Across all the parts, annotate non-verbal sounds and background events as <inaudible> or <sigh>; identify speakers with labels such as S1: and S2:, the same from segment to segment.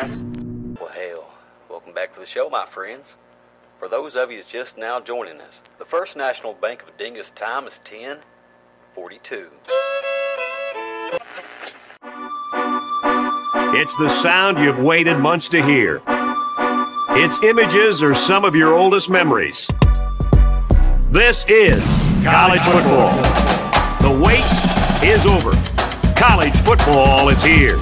S1: Well, hell, welcome back to the show, my friends. For those of you that's just now joining us, the First National Bank of Dingus time is 10:42.
S2: It's the sound you've waited months to hear. Its images are some of your oldest memories. This is college football. The wait is over. College football is here.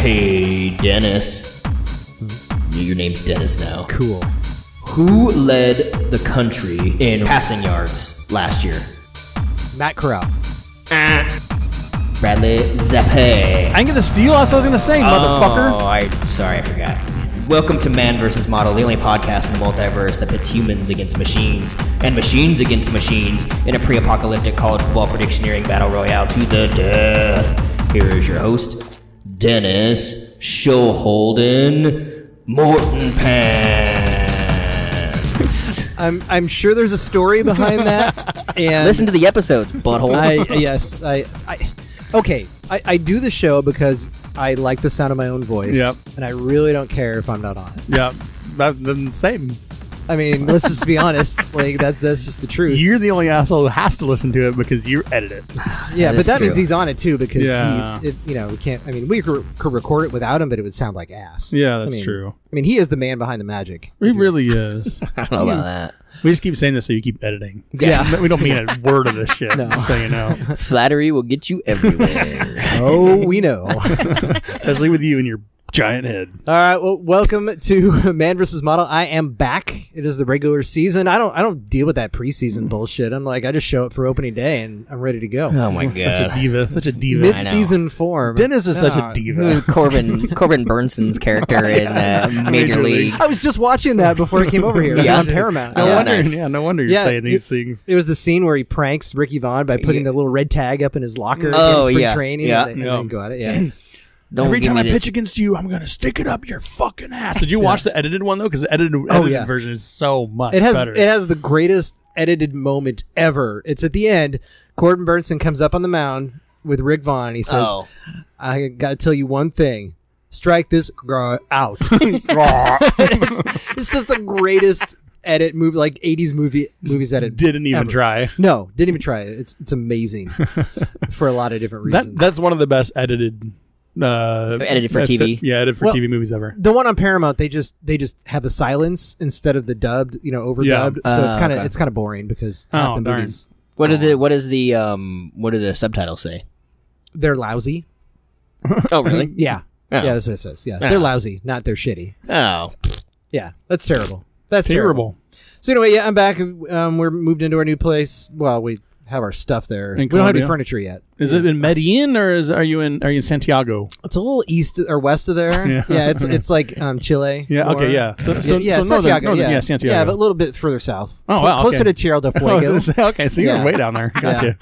S3: Hey, Dennis. Your name's Dennis now.
S4: Cool.
S3: Who led the country in passing yards last year?
S4: Matt Corral.
S3: Bradley Zappe.
S4: I didn't get the steal. That's what I was gonna say, motherfucker.
S3: Oh, I, sorry, I forgot. Welcome to Man vs. Model, the only podcast in the multiverse that pits humans against machines and machines against machines in a pre apocalyptic college football predictioneering battle royale to the death. Here is your host, Dennis Showholden Morton Pants.
S4: I'm I'm sure there's a story behind <laughs> that. And
S3: <laughs> Listen to the episodes, butthole. <laughs>
S4: I yes, I, I okay. I, I do the show because I like the sound of my own voice.
S5: Yep.
S4: And I really don't care if I'm not on it.
S5: Yeah, that, then same.
S4: I mean, let's just be <laughs> honest. Like that's that's just the truth.
S5: You're the only asshole who has to listen to it because you edit it.
S4: yeah,
S3: That
S4: but
S3: is
S4: that
S3: true.
S4: means he's on it too because
S5: Yeah.
S4: he, it, you know, we can't. I mean, we could, could record it without him, but it would sound like ass.
S5: Yeah,
S4: I
S5: that's
S4: mean-
S5: true.
S4: I mean, he is the man behind the magic.
S5: He really is.
S3: <laughs> I don't know about that.
S5: we just keep saying this so you keep editing.
S4: Yeah.
S5: We don't mean
S3: <laughs>
S5: a word of this shit,
S4: No.
S5: just so you know.
S3: Flattery will get you everywhere.
S4: Oh, <laughs> we know.
S5: Especially with you and your giant head.
S4: All right, well, welcome to <laughs> Man vs. Model. I am back. It is the regular season. I don't, I don't deal with that
S5: Mm-hmm.
S4: preseason bullshit. I'm like, I just show up for opening day and I'm ready to go.
S3: <laughs> oh my
S5: Such a
S3: god.
S5: diva. Such a diva.
S3: I know.
S4: Mid-season form.
S5: Dennis is such a
S4: God.
S3: Who's
S5: diva. <laughs>
S3: Corbin Corbin Burnson's character in uh, Major
S5: Major
S3: League.
S4: I was just watching that before I came over
S5: <laughs>
S4: here. It was
S3: Yeah.
S4: on Paramount.
S3: Oh,
S5: No
S3: yeah,
S5: wonder.
S3: nice.
S5: Yeah, no wonder you're
S4: Yeah,
S5: saying these things.
S4: It was the scene where he pranks Ricky Vaughn by putting
S3: Yeah.
S4: the little red tag up in his locker
S3: Oh,
S4: in spring
S3: yeah.
S4: training
S3: Yeah.
S4: and, then- and
S5: Yeah.
S4: then go at
S5: <clears throat>
S4: it. Yeah.
S3: Don't
S5: Every
S3: give
S5: time
S3: me
S5: I
S3: this.
S5: pitch against you, I'm gonna stick it up your fucking ass. Did you watch the edited one though? Because the
S3: Oh,
S5: edited, edited
S4: yeah.
S5: version is so much
S4: It has
S5: better.
S4: it has the greatest edited moment ever. It's at the end. Corbin Burnson comes up on the mound with Rick Vaughn. And he says,
S3: Oh.
S4: "I got to tell you one thing: strike this girl
S5: <laughs>
S4: out." <laughs> it's just the greatest edit movie, like '80s movie movies edit.
S5: Didn't even
S4: ever.
S5: try.
S4: No, didn't even try it. It's it's
S5: <laughs>
S4: amazing for a lot of different reasons.
S5: That that's one of the best edited. Uh,
S3: Edited for
S5: uh,
S3: TV.
S5: yeah, edited for
S4: Well,
S5: TV movies ever.
S4: the one on Paramount, they just they just have the silence instead of the dubbed, you know, overdubbed.
S3: Yeah.
S4: So it's
S3: Uh,
S4: kind of
S3: okay.
S4: it's kind of boring because
S5: Ah, Oh,
S4: half the
S5: darn.
S4: movies
S3: What are the what is the um what do the subtitles say?
S4: they're lousy.
S3: Oh really?
S4: Yeah.
S3: Oh.
S4: Yeah, that's what it says. Yeah.
S3: Yeah.
S4: They're lousy, not they're shitty.
S3: <laughs> Oh.
S4: Yeah. That's terrible. That's terrible.
S5: Terrible.
S4: So anyway, yeah, I'm back. Um, we're moved into our new place. Well, we have our stuff there.
S5: In
S4: we don't have any
S5: Colombia?
S4: furniture yet.
S5: Is it in Medellin or is are you in are you in Santiago?
S4: It's a little east or west of there.
S5: <laughs> Yeah.
S4: it's it's like um, Chile.
S5: Yeah.
S4: more.
S5: Okay. Yeah. So,
S4: Yeah,
S5: so,
S4: yeah,
S5: so northern-
S4: Santiago,
S5: northern-
S4: yeah.
S5: yeah, Santiago.
S4: Yeah, but a little bit further south.
S5: Oh,
S4: Cl-
S5: wow,
S4: Closer
S5: okay.
S4: to Tierra del
S5: <laughs> <laughs> I was
S4: Fuego.
S5: gonna say, okay, so
S4: Yeah.
S5: you're way down there.
S4: <laughs>
S5: Gotcha.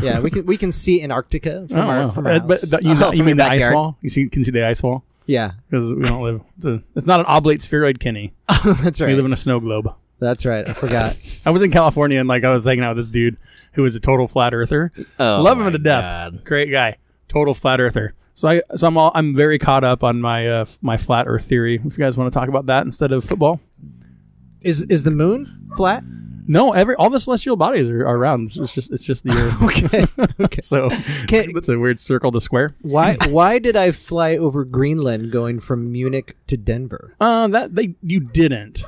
S4: yeah, we can we can see Antarctica from
S5: Oh,
S4: our
S5: wow.
S4: from our
S5: Uh,
S4: house. <laughs>
S5: but the- you,
S3: Oh,
S5: you
S3: from
S5: mean
S3: your
S5: the ice
S3: backyard.
S5: wall? You see, can see the ice wall
S4: yeah, <laughs>
S5: because we don't live. It's, a- it's not an oblate spheroid, Kenny.
S4: that's
S5: We
S4: right.
S5: live in a snow globe.
S4: That's right. I forgot.
S5: I was in California and like I was hanging out with this dude who was a total flat earther.
S3: Oh,
S5: Love him
S3: my
S5: to death.
S3: God.
S5: Great guy. Total flat earther. So I so I'm all I'm very caught up on my uh, f- my flat earth theory. If you guys want to talk about that instead of football.
S4: Is is the moon flat?
S5: No, every all the celestial bodies are, are round. It's just it's just the earth.
S4: Okay.
S5: <laughs>
S4: okay.
S5: So
S4: Can-
S5: <laughs> it's a weird circle to square. <laughs>
S4: Why why did I fly over Greenland going from Munich to Denver?
S5: Uh, that they you didn't.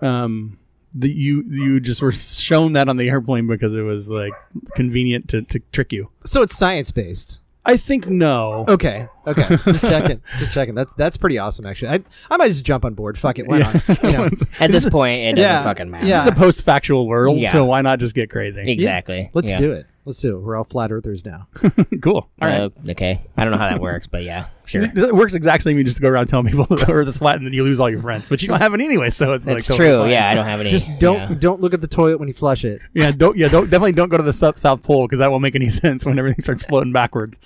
S5: Um, the, you you just were shown that on the airplane because it was like convenient to, to trick you.
S4: So it's science based.
S5: I think no.
S4: Okay. Okay. <laughs> Just checking. Just checking. That's that's pretty awesome actually. I I might just jump on board. Fuck it. Why not? <laughs> You know,
S3: At this point, it doesn't
S4: Yeah.
S3: fucking matter.
S4: Yeah.
S5: This is a post factual world,
S3: Yeah.
S5: so why not just get crazy?
S3: <laughs> Exactly.
S4: let's
S3: Yeah.
S4: do it. Let's do it. We're all flat earthers now.
S5: <laughs> cool. All right.
S3: Uh, okay. I don't know how that works, but yeah, sure.
S5: It works exactly when you just go around telling people <laughs> the Earth is flat and then you lose all your friends, but you don't have any anyway, so it's like
S3: That's
S5: totally
S3: true.
S5: fine.
S3: Yeah, I don't have any.
S4: Just don't don't look at the toilet when you
S3: <laughs>
S4: flush it.
S5: yeah, don't yeah, don't definitely don't go to the South, South Pole because that won't make any <laughs> sense when everything starts floating backwards.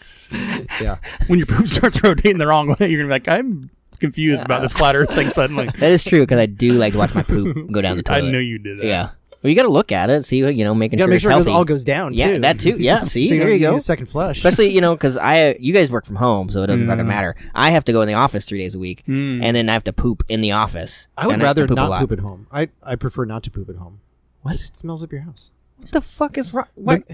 S4: Yeah.
S5: <laughs> When your poop starts rotating the wrong way, you're gonna be like, I'm confused about this flat Earth thing suddenly.
S3: That is true because I do like to watch my poop go down the
S5: I
S3: toilet.
S5: know you did that.
S3: Yeah. Well, you got to look at it, see you know, making
S4: You gotta
S3: sure
S4: make
S3: it's
S4: sure it goes,
S3: healthy.
S4: all goes down.
S3: Yeah,
S4: too.
S3: that too. Yeah, see,
S4: so you
S3: there
S4: don't
S3: you
S4: need
S3: go.
S4: a Second
S3: <laughs>
S4: flush.
S3: Especially you know because I you guys work from home, so it doesn't fucking matter. I have to go in the office three days a week, and then I have to poop in the office.
S4: Hmm. I would
S3: and have
S4: rather
S3: to poop a
S4: not
S3: lot.
S4: poop at home. I, I prefer not to poop at home. What? It just smells up your house.
S3: What the fuck is wrong? What?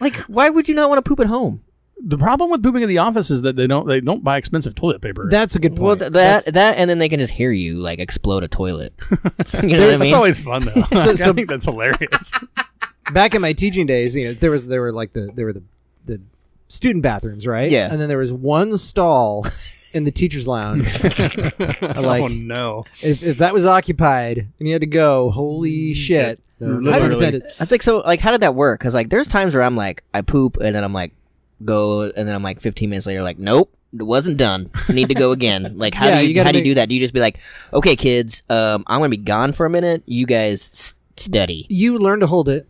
S3: like, why would you not want to poop at home?
S5: The problem with pooping in the office is that they don't they don't buy expensive toilet paper.
S4: That's a good
S3: Well,
S4: point.
S3: th- that that, and then they can just hear you like explode a
S4: <laughs>
S3: toilet. <laughs> you know what I
S5: <laughs> That's
S3: mean?
S5: always fun though. Like, <laughs> I
S4: so-
S5: think that's hilarious.
S4: back in my teaching days, you know, there was there were like the there were the the student bathrooms, right?
S3: Yeah.
S4: And then there was one stall in the teachers'
S5: <laughs>
S4: lounge.
S5: oh
S4: like-
S5: no!
S4: if, if that was occupied and you had to go, holy shit! No,
S5: Mm, Literally.
S4: pun intended.
S3: That's like so. Like, how did that work? Because like, there's times where I'm like, I poop, and then I'm like, go, and then I'm like, 15 minutes later, like, nope, it wasn't done. Need to go
S4: <laughs>
S3: again. Like, how
S4: Yeah,
S3: do you,
S4: you gotta
S3: how do you
S4: make-
S3: do that? Do you just be like, okay, kids, um, I'm gonna be gone for a minute. You guys s- study.
S4: You learn to hold it.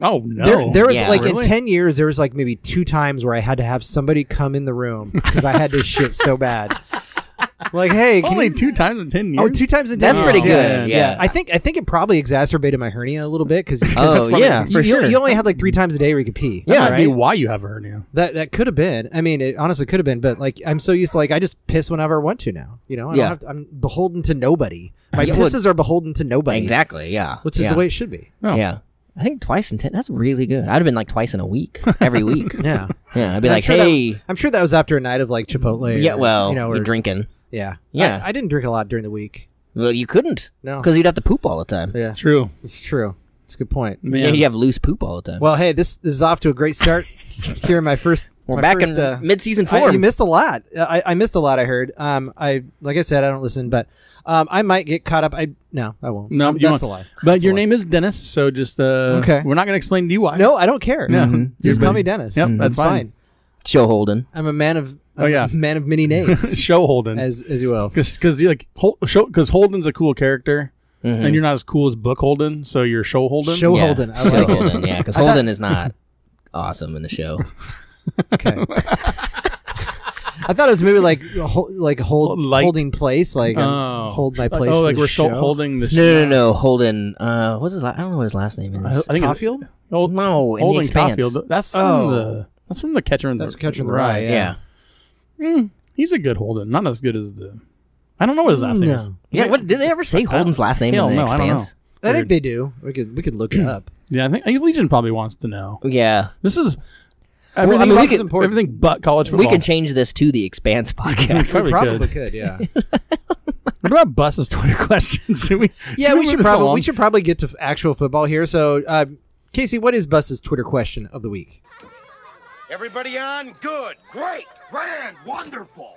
S5: Oh no!
S4: there, there was
S3: Yeah.
S4: like
S5: Really?
S4: in ten years, there was like maybe two times where I had to have somebody come in the room because I had to shit so
S5: <laughs>
S4: bad. Like, hey, can
S5: only
S4: you-
S5: two times in ten years.
S4: Oh, two times a day.
S3: That's pretty
S5: Oh,
S3: good.
S5: man.
S3: Yeah.
S4: I think I think it probably exacerbated my hernia a little bit because
S3: Oh yeah,
S4: you, you- you only had like three times a day where you could pee.
S5: That might
S4: right?
S5: be why you have a hernia.
S4: That that could have been. I mean, it honestly could have been. But like, I'm so used to like, I just piss whenever I want to now. You know, I
S3: Yeah.
S4: don't have to, I'm beholden to nobody. My
S3: Yeah, well-
S4: pisses are beholden to nobody.
S3: Exactly. Yeah.
S4: which is
S3: yeah.
S4: the way it should be.
S5: Oh.
S3: Yeah. I think twice in ten. That's really good. I'd have been like twice in a week, every week.
S4: <laughs> Yeah.
S3: yeah, I'd be
S4: I'm
S3: like,
S4: sure that-
S3: hey,
S4: I'm sure that was after a night of like Chipotle. Or,
S3: yeah, well,
S4: you
S3: you
S4: know, or,
S3: are drinking.
S4: Yeah,
S3: Yeah.
S4: I, I didn't drink a lot during the week.
S3: Well, you couldn't,
S4: No.
S3: because you'd have to poop all the time.
S4: Yeah,
S5: True.
S4: it's true. It's a good point.
S3: Yeah, you have loose poop all the time.
S4: Well, hey, this, this is off to a
S3: <laughs>
S4: great start. Here in my first,
S3: We're
S4: my
S3: back
S4: first,
S3: in
S4: uh,
S3: mid-season
S4: I-
S3: form.
S4: you missed a lot. Uh, I, I missed a lot. I heard. Um, I like I said, I don't listen, but um, I might get caught up. I no, I won't.
S5: No,
S4: Um,
S5: you
S4: that's
S5: won't.
S4: a lie.
S5: But
S4: That's a
S5: your
S4: lie.
S5: name is Dennis, so just uh,
S4: Okay.
S5: We're not going to explain to you why.
S4: No, I don't care. Mm-hmm.
S5: Yeah. Mhm.
S4: Just
S5: You're
S4: call me
S5: big.
S4: Dennis.
S5: Yep, that's
S4: It's
S5: fine.
S3: Show Holden.
S4: I'm a man of I'm
S5: Oh, yeah.
S4: a man of
S5: <laughs>
S4: many names,
S5: <laughs> show Holden
S4: as as you
S5: <laughs>
S4: will.
S5: because like Hol- show because Holden's a cool character, and you're not as cool as Book Holden, so you're show Holden.
S4: Show
S3: Mm-hmm. yeah.
S4: Holden. I
S3: show
S4: like it.
S3: Holden.
S4: <laughs>
S3: Yeah, because
S4: I thought-
S3: Holden is not awesome in the
S4: <laughs>
S3: show.
S4: Okay. I thought it was maybe like hol- like hold
S5: Like-
S4: holding place, like um,
S5: Oh.
S4: hold my
S5: Like,
S4: place.
S5: Oh,
S4: for
S5: like
S4: the
S5: we're
S4: show.
S5: show holding the.
S3: No, no, no. Holden. Uh, what's his? La- I don't know what his last name
S5: I, I
S3: is.
S5: think it's-
S4: Caulfield?
S5: Hol-
S3: No, in The
S5: Holden
S3: Expanse.
S5: Caulfield. That's
S4: Oh.
S5: from the. That's from the Catcher in the.
S4: That's Catcher in the Rye,
S3: yeah.
S4: yeah.
S3: yeah.
S5: Mm, he's a good Holden, not as good as the. I don't know what his last name is.
S4: No.
S3: What did they ever say Holden's last name
S5: Hell
S3: in the
S5: no, I don't
S3: Expanse?
S4: I think they do. We could we could look it up.
S5: Yeah, I think I think Legion probably wants to know.
S3: Yeah.
S5: This is
S3: mean,
S5: everything,
S3: we
S5: but,
S3: could-
S5: important. everything but college
S3: We
S5: football.
S3: can change this to the Expanse podcast.
S5: Probably
S4: Probably
S5: could.
S4: could, yeah.
S5: What about Bus's Twitter <laughs> question? should we?
S4: yeah, we
S5: move
S4: should
S5: this
S4: probably
S5: along?
S4: we should probably get to f- actual football here. So, uh, Casey, what is Bus's Twitter question of the week?
S6: Everybody on? Good. Great. Grand. Wonderful.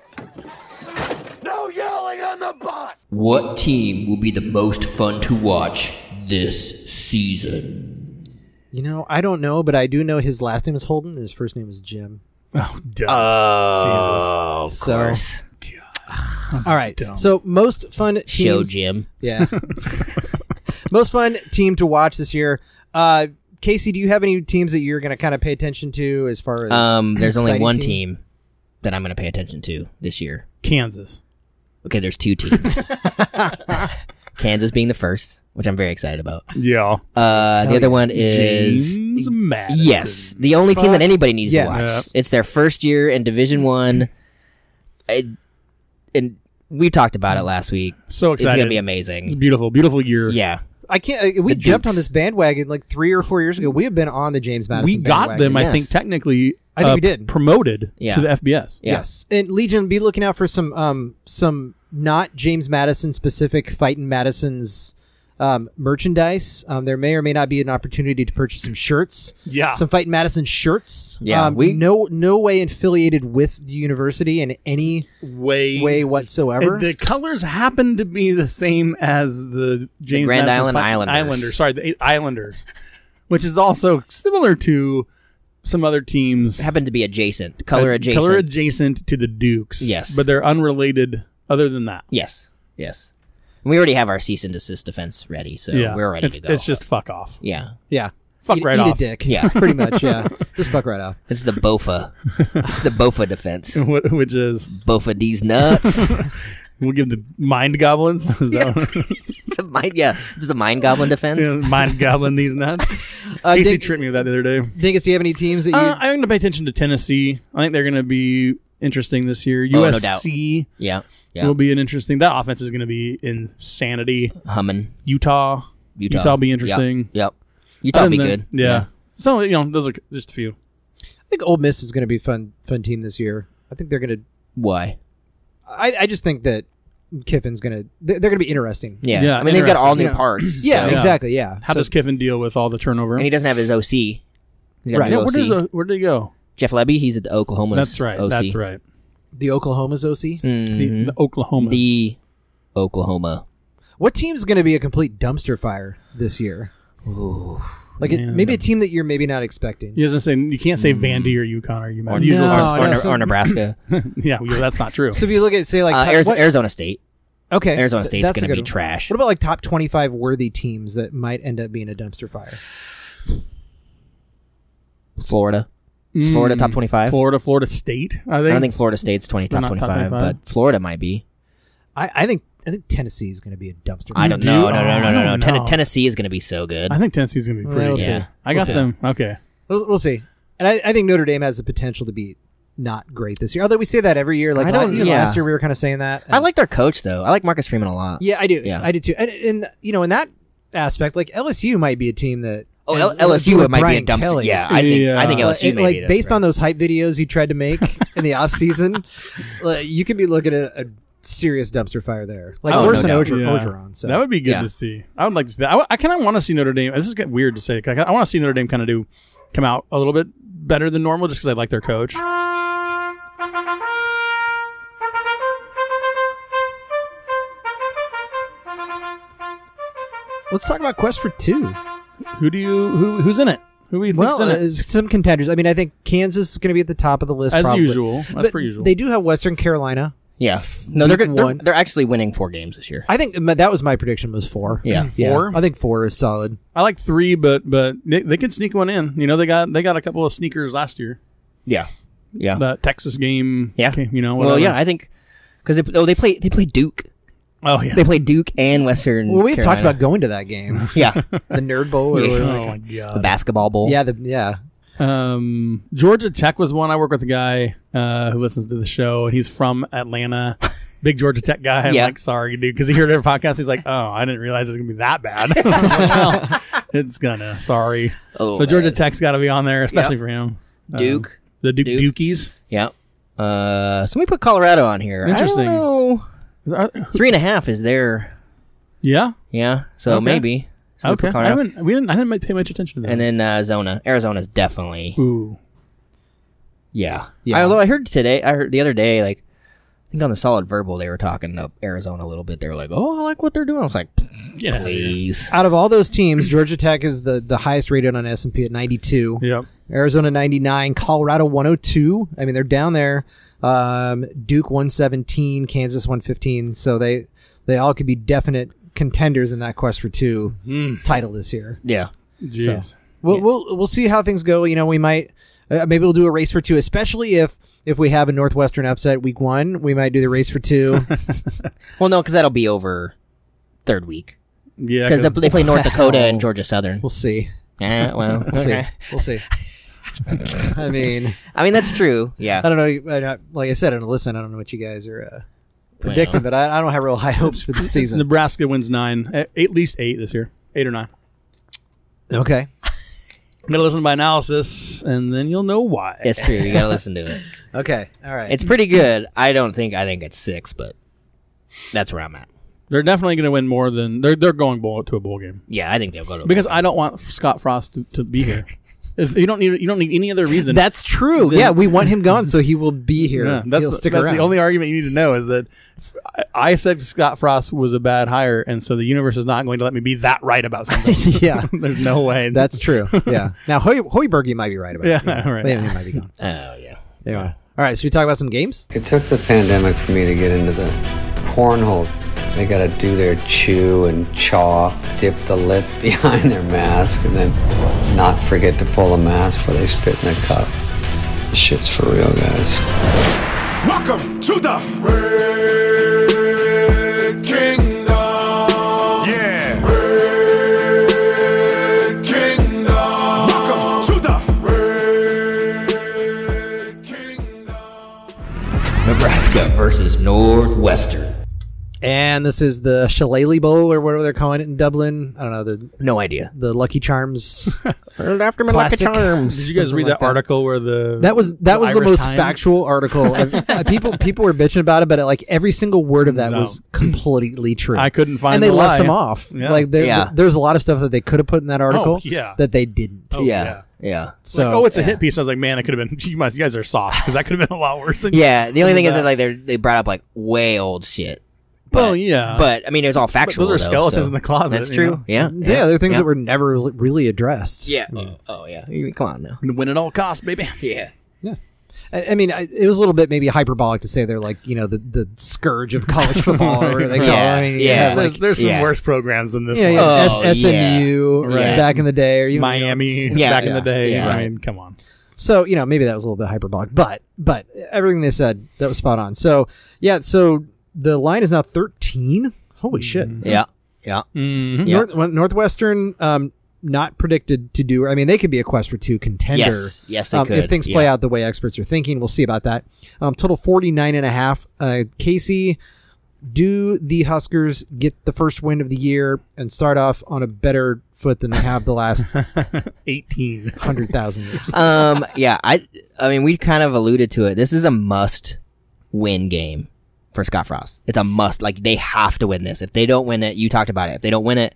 S6: No yelling on the bus.
S3: <laughs> What team will be the most fun to watch this season?
S4: You know, I don't know, but I do know his last name is Holden. and His first name is Jim.
S5: Oh, duh.
S3: Oh,
S4: So- All right. So most fun teams,
S3: Show Jim.
S4: Yeah. <laughs> most fun team to watch this year. Uh, Casey, do you have any teams that you're going to kind of pay attention to as far as? <clears throat>
S3: Um, there's only
S4: exciting
S3: one team that I'm going to pay attention to this year.
S5: Kansas.
S3: Okay, there's two teams. Kansas being the first, which I'm very excited about.
S5: Yeah.
S3: Uh, the other one is
S5: James Madison.
S3: yes, the only team that anybody needs
S4: Yes.
S3: to watch.
S5: Yeah.
S3: It's their first year in Division One, I- and we talked about it last week.
S5: So
S3: It's
S5: excited.
S3: going to be
S5: It's
S3: amazing.
S5: beautiful. Beautiful year.
S3: Yeah,
S4: <laughs> I can't. uh, We
S3: The
S4: jumped on
S3: Dukes.
S4: this bandwagon like three or four years ago. We have been on the James Madison.
S5: we got
S4: bandwagon.
S5: them. I
S3: yes.
S5: think technically.
S4: I think
S5: uh,
S4: we did.
S5: promoted
S3: Yeah.
S5: to the FBS.
S3: yeah.
S4: Yes, and Legion, be looking out for some um some not James Madison specific fighting Madison's um, merchandise. Um, there may or may not be an opportunity to purchase some shirts.
S5: Yeah.
S4: some fighting Madison shirts.
S3: Yeah,
S4: um,
S3: we-
S4: no no way affiliated with the university in any
S5: Way
S4: way whatsoever.
S5: And the colors happen to be the same as the James
S3: Grand
S5: Madison
S3: Island
S5: Fi-
S3: Islanders.
S5: Sorry, the Islanders, <laughs> which is also similar to some other teams.
S3: happened to be adjacent, color
S5: Uh,
S3: adjacent.
S5: Color adjacent to the Dukes.
S3: Yes.
S5: but they're unrelated. Other than that,
S3: yes, yes. We already have our cease and desist defense ready, so we're ready
S5: it's,
S3: to go.
S5: It's just fuck off. <laughs>
S3: yeah,
S4: yeah,
S5: Fuck
S4: eat,
S5: right
S4: eat
S5: off.
S4: a dick.
S3: Yeah.
S4: <laughs> pretty much. Yeah, Just fuck right off.
S3: It's the Bofa. it's the Bofa
S5: <laughs>
S3: defense.
S5: What, which is
S3: Bofa these nuts.
S5: <laughs> we'll give the mind goblins. <laughs> Is that
S3: <laughs>
S5: what-
S3: the mind, yeah, it's the mind goblin defense.
S5: yeah, mind goblin
S3: <laughs>
S5: these nuts.
S4: Uh,
S5: Casey
S4: Dink-
S5: tricked me with that the other day.
S4: Dingus, do you have any teams that you?
S5: Uh, I'm going to pay attention to Tennessee. I think they're going to be interesting this year.
S3: Oh, no doubt.
S5: USC
S3: Yeah, yeah.
S5: will be an interesting. That offense is going to be insanity.
S3: Humming
S5: Utah,
S3: Utah.
S5: Utah will be
S3: Yep,
S5: interesting.
S3: Yep. Utah will
S5: Other
S3: be
S5: than
S3: good.
S5: that- Yeah. So you know, those are just a few.
S4: I think Ole Miss is going to be a fun, fun team this year. I think they're going to.
S3: Why?
S4: I, I just think that Kiffin's going to. They're, they're going to be interesting.
S3: Yeah.
S5: Yeah,
S3: I mean, they've got all new
S4: interesting.
S5: <clears throat>
S3: parts.
S4: Yeah,
S3: so-
S4: exactly. Yeah.
S5: How
S4: So-
S5: does Kiffin deal with all the turnover?
S3: And he doesn't have his OC. He's got
S4: Right.
S3: a new
S5: yeah, where,
S3: OC.
S5: does, uh, where did he go?
S3: Jeff Levy, he's at the Oklahoma.
S5: That's right.
S3: OC.
S5: That's right.
S4: the Oklahoma's OC?
S5: The,
S3: Mhm.
S5: the Oklahoma.
S3: The Oklahoma.
S4: What team's going to be a complete dumpster fire this year? Like it,
S5: Man.
S4: maybe a team that you're maybe not expecting.
S5: He doesn't say you can't
S3: Mm-hmm.
S5: say Vandy or UConn or UMass.
S3: Or,
S5: You just-
S4: No,
S3: or- or-
S4: no, so-
S3: or <clears throat> Nebraska.
S5: <laughs> yeah, well, that's not true.
S4: So if you look at say like
S3: Uh,
S4: top-
S3: Arizo-
S4: what-
S3: Arizona State.
S4: okay,
S3: Arizona
S4: th-
S3: State's
S4: that's a
S3: gonna
S4: good
S3: be
S4: one.
S3: trash.
S4: What about like top twenty-five worthy teams that might end up being a dumpster fire?
S3: Florida. <laughs> Florida top 25.
S5: Mm. Florida, Florida State. Are they?
S3: I don't think Florida State's 20 top
S5: not top
S3: 25,
S5: 25.
S3: but Florida might be.
S4: I, I think I think Tennessee is going to be a dumpster.
S3: I
S4: fire.
S3: don't
S5: do?
S3: know. No,
S5: Oh,
S3: no, no,
S5: I
S3: no, no.
S5: don't
S3: Ten-
S5: know.
S3: Tennessee is going to be so good.
S5: I think Tennessee's gonna be
S4: Well,
S5: pretty.
S4: we'll
S5: good.
S4: see.
S3: Yeah.
S5: I got
S3: We'll see.
S5: them. Okay.
S4: We'll, we'll see. And I, I think Notre Dame has the potential to be not great this year. Although we say that every year, like
S3: I
S4: la-
S3: don't-
S4: even
S3: yeah.
S4: last year we were kind of saying that.
S3: I like their coach though. I like Marcus Freeman a lot.
S4: Yeah, I do.
S3: Yeah.
S4: I do too. And, and you know, in that aspect, like LSU might be a team that.
S3: Oh,
S4: and
S3: L-
S4: it'll
S3: LSU
S4: with
S3: might
S4: Brian
S3: be a dumpster.
S4: Kelly.
S3: Yeah, I think I think
S5: Yeah.
S4: Uh,
S3: LSU
S4: it-
S3: maybe
S4: like
S3: does,
S4: based
S3: right?
S4: on those hype videos you tried to
S3: <laughs>
S4: make in the off season, like, you could be looking at a serious dumpster fire there, like
S3: Oh,
S4: worse
S3: no
S4: than
S3: doubt.
S4: Oger-
S5: Yeah.
S4: Ogeron. So
S5: That would be good
S3: Yeah.
S5: to see. I would like to see that. I, kind of want to see Notre Dame. This is get weird to say. 'cause I, want to see Notre Dame kind of do come out a little bit better than normal, just because I like their coach.
S4: let's talk about Quest for Two.
S5: Who do you? Who, who's in it? Who do you think's
S4: Well,
S5: in
S4: uh,
S5: it?
S4: some contenders. I mean, I think Kansas is going to be at the top of the list
S5: As
S4: probably.
S5: usual. As
S4: But
S5: per usual.
S4: They do have Western Carolina.
S3: yeah. No, they're,
S4: week
S3: good- they're
S4: one.
S3: they're actually winning four games this year.
S4: I think that was my prediction was four.
S3: Yeah.
S5: Four?
S4: I think four is solid.
S5: I like three, but but they, they could sneak one in. You know, they got they got a couple of sneakers last year.
S3: Yeah, yeah,
S5: That Texas game.
S3: yeah.
S5: came, you know.
S3: well,
S5: whatever.
S3: yeah, I think because they, oh, they play they play Duke.
S5: oh yeah.
S3: They play Duke and Western.
S4: Well, we had talked
S3: Carolina.
S4: about going to
S3: <laughs>
S4: that game,
S3: yeah,
S4: <laughs> the Nerd Bowl. Or
S3: Yeah.
S4: whatever.
S5: oh my god.
S3: the basketball bowl.
S4: Yeah, the, yeah.
S5: Um, Georgia Tech was one. I work with a guy uh, who listens to the show, and he's from Atlanta. Big Georgia Tech guy. I'm
S3: Yeah.
S5: like, sorry, dude, because he heard their podcast. He's like, oh, I didn't realize it's gonna be that bad. <laughs> I'm like, well, it's gonna. Sorry.
S3: Oh,
S5: so Georgia
S3: man.
S5: Tech's got to be on there, especially for him. Um,
S3: Duke.
S5: the Duke,
S3: Duke.
S5: Dukies.
S3: Yeah. Uh, so we put Colorado on here.
S5: Interesting.
S3: I don't know.
S5: Are-
S3: Three and a half is there.
S5: yeah.
S3: Yeah. So
S5: Okay.
S3: maybe. So we put
S5: Okay. I
S3: Colorado.
S5: haven't. We didn't. I didn't pay much attention to that.
S3: And then uh, Arizona. Arizona's definitely.
S5: Ooh.
S3: Yeah.
S4: Yeah.
S3: although I heard today, I heard the other day, like, I think on the solid verbal, they were talking to Arizona a little bit. They were like, oh, I like what they're doing. I was like,
S5: Get out of here.
S3: please.
S4: Out of all those teams, Georgia Tech is the, the highest rated on S and P at ninety two.
S5: Yep.
S4: Arizona ninety nine, Colorado one hundred two. I mean, they're down there. Um, Duke one seventeen, Kansas one fifteen. So they they all could be definite contenders in that quest for two
S5: Mm-hmm.
S4: title this year.
S3: Yeah.
S5: Jeez.
S4: We'll,
S3: Yeah.
S4: we'll we'll see how things go. You know, we might uh, maybe we'll do a race for two, especially if if we have a Northwestern upset week one. We might do the race for
S5: <laughs>
S4: two.
S3: Well, no, because that'll be over third week.
S5: Yeah.
S3: Because
S5: 'cause-
S3: they play North Dakota
S5: <laughs> Oh.
S3: and Georgia Southern.
S4: we'll see.
S3: Eh, well,
S4: We'll see.
S3: okay.
S4: We'll
S5: <laughs>
S4: see. I mean,
S3: I mean, that's true. Yeah.
S4: I
S5: <laughs>
S4: don't know. I don't- Like I said, I don't listen. I don't know what you guys are uh, predicting, but I, I don't have real high hopes for the season.
S5: Nebraska wins nine, at at least eight this year, eight or nine.
S4: Okay.
S5: I'm gonna listen to my analysis, and then you'll know why.
S3: It's true. You got to listen to it.
S4: Okay. All right.
S3: It's pretty good. I don't think, I think it's six, but that's where I'm at.
S5: They're definitely gonna win more than they're. They're going bowl to a bowl game
S3: Yeah, I think they'll go to
S5: because I don't want Scott Frost to, to be
S4: <laughs>
S5: here. if you don't need, you don't need any other reason.
S4: that's
S3: Oh,
S4: true. yeah, we want him gone, so he will be here.
S5: Yeah, that's,
S4: He'll
S5: the,
S4: stick
S5: that's
S4: around.
S5: the only argument you need to know is that I, I said Scott Frost was a bad hire, and so the universe is not going to let me be that right about something.
S4: <laughs> yeah,
S5: <laughs> There's no way.
S4: that's true. Yeah. Now Hoy- Hoiberg, you might be right about.
S5: Yeah,
S4: it.
S5: <laughs> right.
S4: Yeah, He might be gone.
S3: Oh, yeah.
S5: <laughs>
S4: Anyway. All right. So we talk about some games.
S7: It took the pandemic for me to get into the cornhole They gotta do their chew and chaw, dip the lip <laughs> behind their mask, and then not forget to pull the mask before they spit in the cup. Shit's for real, guys.
S8: Welcome to the Red Kingdom. Yeah. Red Kingdom. Welcome to the Red Kingdom.
S3: Nebraska versus Northwestern.
S4: And this is the Shillelagh Bowl or whatever they're calling it in Dublin. I don't know the
S3: No idea.
S4: the Lucky
S5: <laughs>
S4: Charms.
S5: after
S4: Lucky Classic. Charms.
S5: <laughs> Did you guys
S4: Something
S5: read
S4: like
S5: that
S4: that.
S5: article where the
S4: That was that was the
S5: Irish
S4: most
S5: Times?
S4: factual
S5: <laughs>
S4: article. Uh, people people were bitching about it, but like every single word of that
S5: No. <clears throat>
S4: was completely true.
S5: I couldn't find
S4: and they
S5: the
S4: left
S5: lie.
S4: some off.
S5: Yeah. Oh,
S4: Like there,
S3: Yeah.
S4: there's a lot of stuff that they could have put in that article
S5: yeah.
S4: that they didn't.
S5: Oh,
S3: yeah. Yeah.
S4: So
S5: like, oh, it's a
S3: yeah.
S5: hit piece. I was like, man, it could have been. <laughs> You, guys- you guys are soft because that could have been a lot worse than.
S3: Yeah. The only thing is
S5: that.
S3: that like they they brought up like way old shit. But,
S5: Well, yeah.
S3: But I mean, it was all
S5: But
S3: factual.
S5: those are
S3: though,
S5: skeletons
S3: so-
S5: in the closet.
S3: That's
S5: you
S3: true.
S5: know?
S3: Yeah.
S4: yeah, there are things
S3: yeah.
S4: that were never li- really addressed.
S3: Yeah. Oh, oh, yeah. I mean, Come on now.
S5: Win at all costs, baby.
S3: Yeah.
S4: I, I mean, I, it was a little bit maybe hyperbolic to say they're like you know the the scourge of
S5: <laughs>
S4: college football. or they call it. I mean, you
S3: Yeah.
S4: have,
S5: there's,
S4: like,
S5: there's some
S3: yeah.
S5: worse programs than this
S4: yeah,
S5: one.
S4: yeah,
S3: Oh,
S4: S- SMU
S5: yeah.
S4: back in the day, or even you know,
S5: Miami
S3: Yeah,
S5: back in the
S3: yeah,
S5: day.
S3: yeah.
S5: I mean, come on. <laughs>
S4: So you know maybe that was a little bit hyperbolic, but but everything they said that was spot on. So yeah, so the line is now thirteen. Holy shit!
S3: Yeah. Yeah.
S5: Mm-hmm.
S3: Yeah.
S4: North, well, Northwestern um, not predicted to do. I mean, they could be a quest for two contender.
S3: Yes. Yes, they
S4: um, If
S3: could.
S4: things play
S3: Yeah.
S4: out the way experts are thinking, we'll see about that. Um, total 49 and a half. Uh, Casey, do the Huskers get the first win of the year and start off on a better foot than they have
S3: <laughs>
S4: the last
S5: <laughs> 18.
S4: 100,000 years?
S3: um yeah i i mean we kind of alluded to it this is a must win game for scott frost it's a must like they have to win this if they don't win it you talked about it if they don't win it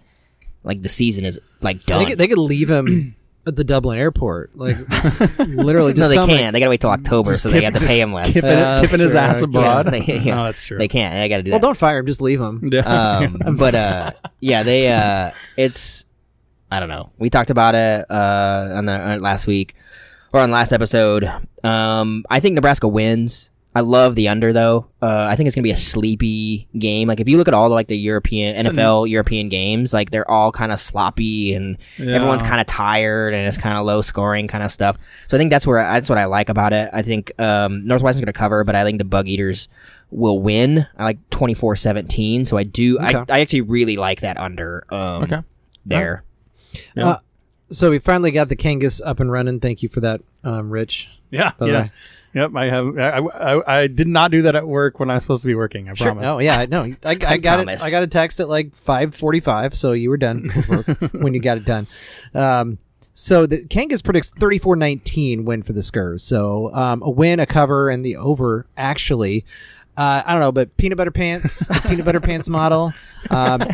S3: like the season is like done
S4: They could, they could
S3: <clears throat>
S4: leave him at the Dublin airport.
S3: <laughs>
S4: Like, literally,
S3: no
S4: just
S3: they
S4: tell
S3: can't
S4: him, like,
S3: they gotta wait till october so they
S5: kip-
S3: have to
S5: just
S3: pay him less
S5: Kipping,
S3: Yeah,
S4: that's
S5: kipping his
S4: true.
S5: ass
S4: Yeah,
S5: abroad.
S3: they, yeah,
S5: <laughs> No, that's true.
S3: they can't they gotta do
S4: well,
S3: that
S5: <laughs>
S4: don't fire him. Just leave him.
S3: um, but uh, yeah, they uh, it's I don't know. We talked about it uh, on the uh, last week or on last episode. Um, I think Nebraska wins. I love the under though. Uh, I think it's gonna be a sleepy game. Like if you look at all the, like the European NFL European games, like they're all kind of sloppy and everyone's
S5: Yeah.
S3: kind of tired and it's kind of low scoring kind of stuff. So I think that's where that's what I like about it. I think um, Northwestern's going to cover, but I think the Bug Eaters will win. I like 24-17, so I do I,
S4: Okay.
S3: I actually really like that under um
S5: Okay.
S3: there.
S5: Yeah.
S4: Uh, so we finally got the Kangas up and running. Thank you for that, um, Rich.
S5: <laughs> Yeah,
S4: By the
S5: yeah.
S4: way.
S5: Yep, I have. I, I I did not do that at work when I was supposed to be working. I promise.
S4: No, yeah, no. I, I
S5: <laughs>
S4: got
S3: promise.
S4: it. I got a text at like five forty-five, so you were
S5: <laughs>
S4: done with work when you got it done. Um, so the Kangas predicts 34-19 win for the Skurs. So um, a win, a cover, and the over. Actually, uh, I don't know, but peanut butter pants,
S5: <laughs>
S4: the peanut butter pants model. Um, <laughs>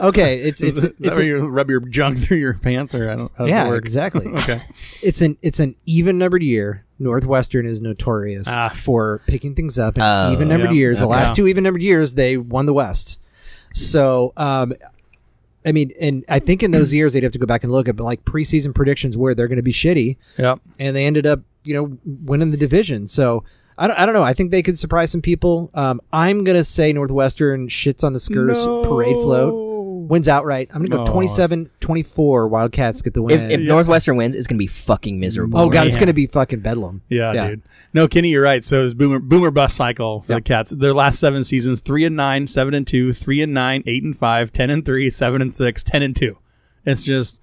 S4: okay, it's
S5: <laughs> Is
S4: it's
S5: that
S4: it's
S5: where
S4: a-
S5: you rub your junk through your pants, or I don't. How does it
S4: yeah,
S5: work?
S4: exactly.
S5: <laughs> Okay.
S4: It's an it's an even numbered year. Northwestern is notorious
S5: Ah.
S4: for picking things up in
S3: Oh.
S4: even numbered
S5: Yeah.
S4: years. The
S5: Okay.
S4: last two even numbered years, they won the West. So, um, I mean, and I think in those years they'd have to go back and look at, but like preseason predictions where they're going to be shitty,
S5: Yep.
S4: and they ended up, you know, winning the division. So. I don't, I don't know. I think they could surprise some people. Um, I'm going to say Northwestern shits on the Skurs parade float, wins outright. I'm going to go
S5: No.
S4: 27 24. Wildcats get the win.
S3: If, if Northwestern wins, it's gonna be fucking miserable.
S4: Oh god, it's
S5: Yeah.
S4: gonna be fucking bedlam.
S5: Yeah,
S4: Yeah.
S5: dude. No, Kenny, you're right. So it's boomer boomer bust cycle for the Cats. Their last seven seasons: three and nine, seven and two, three and nine, eight and five, ten and three, seven and six, ten and two. It's just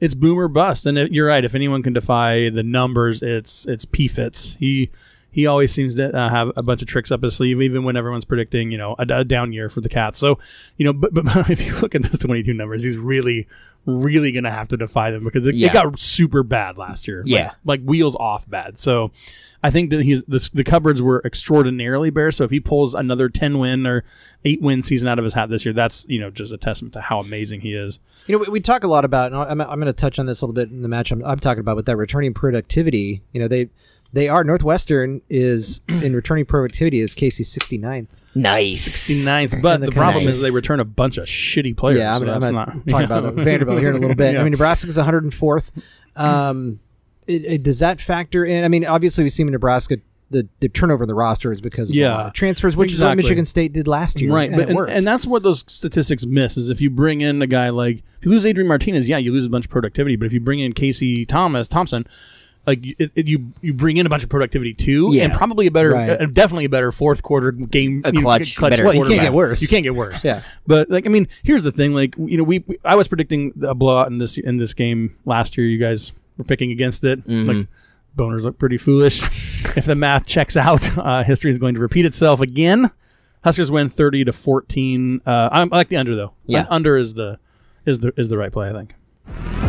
S5: it's boomer bust. And it, you're right. If anyone can defy the numbers, it's it's P Fitz. He he always seems to uh, have a bunch of tricks up his sleeve, even when everyone's predicting you know a, a down year for the Cats. So you know, but, but <laughs> if you look at those 22 numbers, he's really really gonna have to defy them because it,
S3: Yeah.
S5: it got super bad last year. Like,
S3: Yeah.
S5: like wheels off bad. So I think that he's the, the cupboards were extraordinarily bare. So if he pulls another ten win or eight win season out of his hat this year, that's you know just a testament to how amazing he is.
S4: You know, we, we talk a lot about, and I'm, I'm going to touch on this a little bit in the match I'm, I'm talking about with that returning productivity. You know, they they are Northwestern is <clears throat> in returning productivity is Casey 69th.
S3: nice.
S5: 69th, but
S4: And the
S5: the problem
S3: Canucks.
S5: is they return a bunch of shitty players.
S4: yeah, I'm,
S5: Oh, so
S4: gonna- I'm
S5: that's
S4: gonna
S5: not
S4: talk
S5: <laughs> yeah.
S4: about that. Vanderbilt here in a little
S5: <laughs>
S4: bit.
S5: Yeah.
S4: I mean, Nebraska's 104th. Um, it, it- does that factor in? I mean, obviously we've seen Nebraska the, the turnover in the roster is because of
S5: Yeah.
S4: a lot of transfers, which is what
S5: Exactly.
S4: Michigan State did last year,
S5: right?
S4: And
S5: But,
S4: it
S5: and,
S4: worked.
S5: and that's what those statistics miss is if you bring in a guy like if you lose Adrian Martinez, yeah, you lose a bunch of productivity. But if you bring in Casey Thomas Thompson, like you- it, it, you you bring in a bunch of productivity too,
S3: Yeah.
S5: and probably a better,
S4: Right.
S5: uh, definitely a better fourth quarter game,
S3: A
S5: you know,
S3: clutch, better
S5: Well, you can't
S3: quarterback.
S5: get worse. You can't get worse.
S4: Yeah.
S5: But like I mean, here's the thing. Like you know, we, we- I was predicting a blowout in this in this game last year. You guys were picking against it.
S3: Mm-hmm.
S5: Like boners look pretty foolish. if the math checks out, uh, history is going to repeat itself again. Huskers win thirty to fourteen. Uh, I'm, I like the under though.
S3: Yeah.
S5: Un- under is the is the is the right play. I think.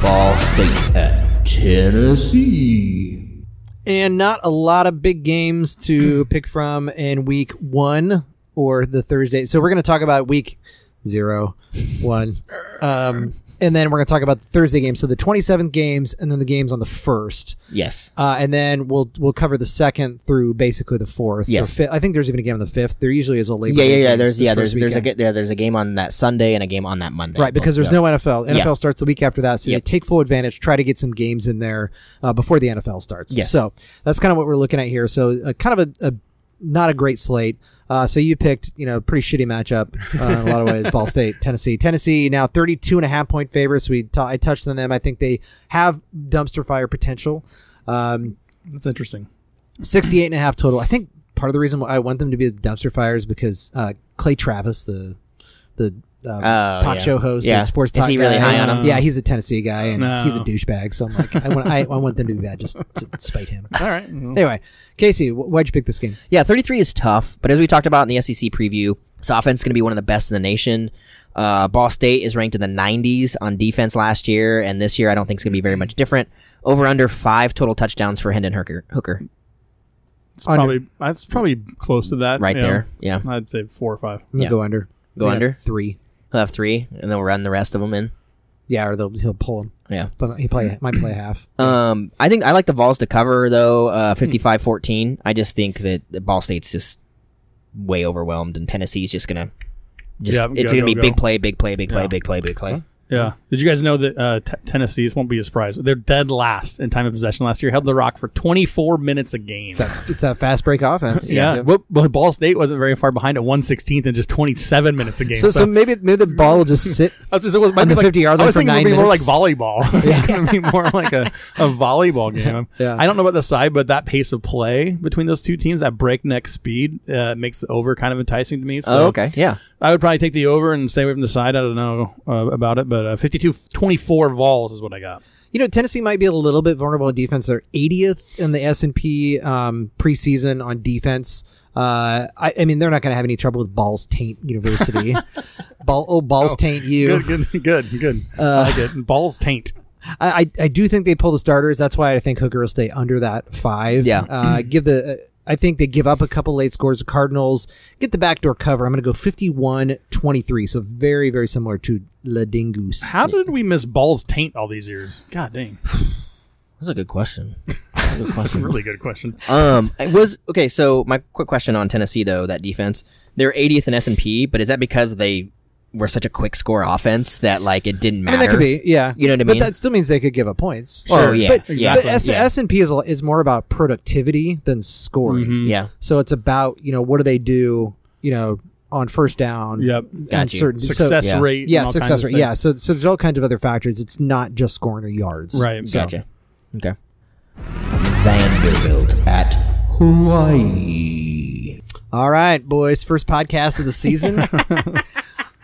S3: Ball State at Tennessee.
S4: and not a lot of big games to
S3: Mm.
S4: pick from in week one or the Thursday. So we're going to talk about week zero, one, um, and then we're going to talk about the Thursday games. So the 27th games, and then the games on the first,
S3: Yes.
S4: uh, and then we'll we'll cover the second through basically the fourth. or
S3: Yes.
S4: fi- I think there's even a game on the fifth. There usually is a labor.
S3: Yeah, yeah,
S4: Day
S3: yeah.
S4: game
S3: There's
S4: this
S3: yeah,
S4: first
S3: there's there's a
S4: weekend.
S3: ga- yeah, there's a game on that Sunday and a game on that Monday.
S4: Right, because there's
S3: Yeah.
S4: no NFL. NFL
S3: Yeah.
S4: starts the week after that, so
S3: Yeah.
S4: they take full advantage, try to get some games in there uh, before the NFL starts.
S3: Yes.
S4: So that's kind of what we're looking at here. So uh, kind of a, a not a great slate. Uh, so you picked, you know, pretty shitty matchup uh, in a lot
S3: <laughs>
S4: of ways. Ball State, Tennessee, Tennessee now 32 and a half point favorites. We ta- I touched on them. I think they have dumpster fire potential. Um,
S5: That's interesting.
S4: 68 and a half total. I think part of the reason why I want them to be dumpster fires because uh, Clay Travis, the the um,
S3: Oh,
S4: talk
S3: yeah.
S4: show host,
S3: Yeah.
S4: the sports
S3: Is
S4: talk
S3: he really
S4: guy,
S3: high on
S5: him?
S4: Yeah, he's a Tennessee guy and
S5: No.
S4: he's a douchebag. So I'm like, I want I, I want them to be bad just to spite
S5: <laughs>
S4: him.
S5: All right. Well,
S4: Anyway, Casey, wh- why'd you pick this game?
S3: Yeah, 33 is tough, but as we talked about in the SEC preview, this offense is going to be one of the best in the nation. Uh, Ball State is ranked in the 90s on defense last year, and this year I don't think it's going to be very much different. Over under five total touchdowns for Hendon Hooker. Hooker.
S5: it's probably that's probably close to that.
S3: Right
S5: yeah.
S3: there, yeah.
S5: I'd say four or five.
S4: I'm gonna
S3: Yeah.
S4: go under.
S3: Go
S4: He's got
S3: under?
S4: three.
S3: He'll have three, and then we'll run the rest of them in.
S4: Yeah, or they'll, he'll pull him.
S3: Yeah.
S4: But he play might play half.
S3: Um, I think I like the Vols to cover though, uh, 55-14. I just think that the Ball State's just way overwhelmed, and Tennessee's just gonna, just,
S5: Yeah,
S3: it's
S5: go,
S3: gonna be
S5: go, go.
S3: big play, big play, big play,
S5: Yeah.
S3: big play, big play.
S5: Yeah. Did you guys know that uh, t- Tennessee? This won't be a surprise. They're dead last in time of possession last year. Held the rock for 24 minutes a game.
S4: It's that fast break offense.
S5: yeah. Well, but Ball State wasn't very far behind at 116th and just 27 minutes a game.
S4: So, so maybe maybe the ball will just
S5: <laughs>
S4: sit.
S5: I was just, it was, might
S4: on
S5: be
S4: the
S5: like,
S4: 50-yard
S5: I
S4: line
S5: was
S4: for
S5: thinking it would
S4: nine
S5: be more like
S4: minutes. <laughs>
S5: volleyball. It's going to be more like a, a volleyball game.
S4: Yeah.
S5: I don't know about the side, but that pace of play between those two teams, that breakneck speed, uh, makes the over kind of enticing to me. So
S3: Oh, okay, yeah.
S5: I would probably take the over and stay away from the side. I don't know uh, about it, but uh, 52 24 Vols is what I got.
S4: You know, Tennessee might be a little bit vulnerable in defense. They're 80th in the S and P um, preseason on defense. Uh, I, I mean, they're not going to have any trouble with Balls Taint
S5: <laughs>
S4: University. Ball, oh, Balls Taint you.
S5: Good, good, good. good.
S4: Uh,
S5: I like it. Balls taint.
S4: I, I, I do think they pull the starters. That's why I think Hooker will stay under that five.
S3: Yeah.
S4: Uh, give the. Uh, I think they give up a couple late scores. The Cardinals get the backdoor cover. I'm going to go 51-23. So very, very similar to Le Dingus.
S5: How did we miss balls taint all these years? God dang,
S3: That's a good question. That's a good
S5: that's a
S3: question.
S5: really
S4: <laughs>
S5: good question.
S3: Um, it was okay. So my quick question on Tennessee though, that defense, they're 80th in S and P, but is that because they were such a quick score offense that like it didn't
S4: I
S3: matter?
S4: mean, that could be, yeah.
S3: You know what I
S4: But
S3: mean?
S4: that still means they could give up points.
S3: Oh, yeah,
S4: But,
S3: yeah.
S4: but S-
S3: Yeah.
S4: and P is, a- is more about productivity than scoring.
S5: Mm-hmm.
S3: Yeah,
S4: So it's about, you know, what do they do, you know, on first down?
S5: Yep.
S3: Got
S4: on
S3: you.
S4: certain- so-
S5: Success
S3: yeah.
S5: rate. and
S4: yeah,
S5: all kinds
S4: success
S5: of
S4: rate.
S5: things.
S4: Yeah. So, so there's all kinds of other factors. It's not just scoring or yards.
S5: Right. so-
S3: gotcha. Okay. Vanderbilt at Hawaii.
S4: All right, boys. First podcast of the
S5: <laughs>
S4: season.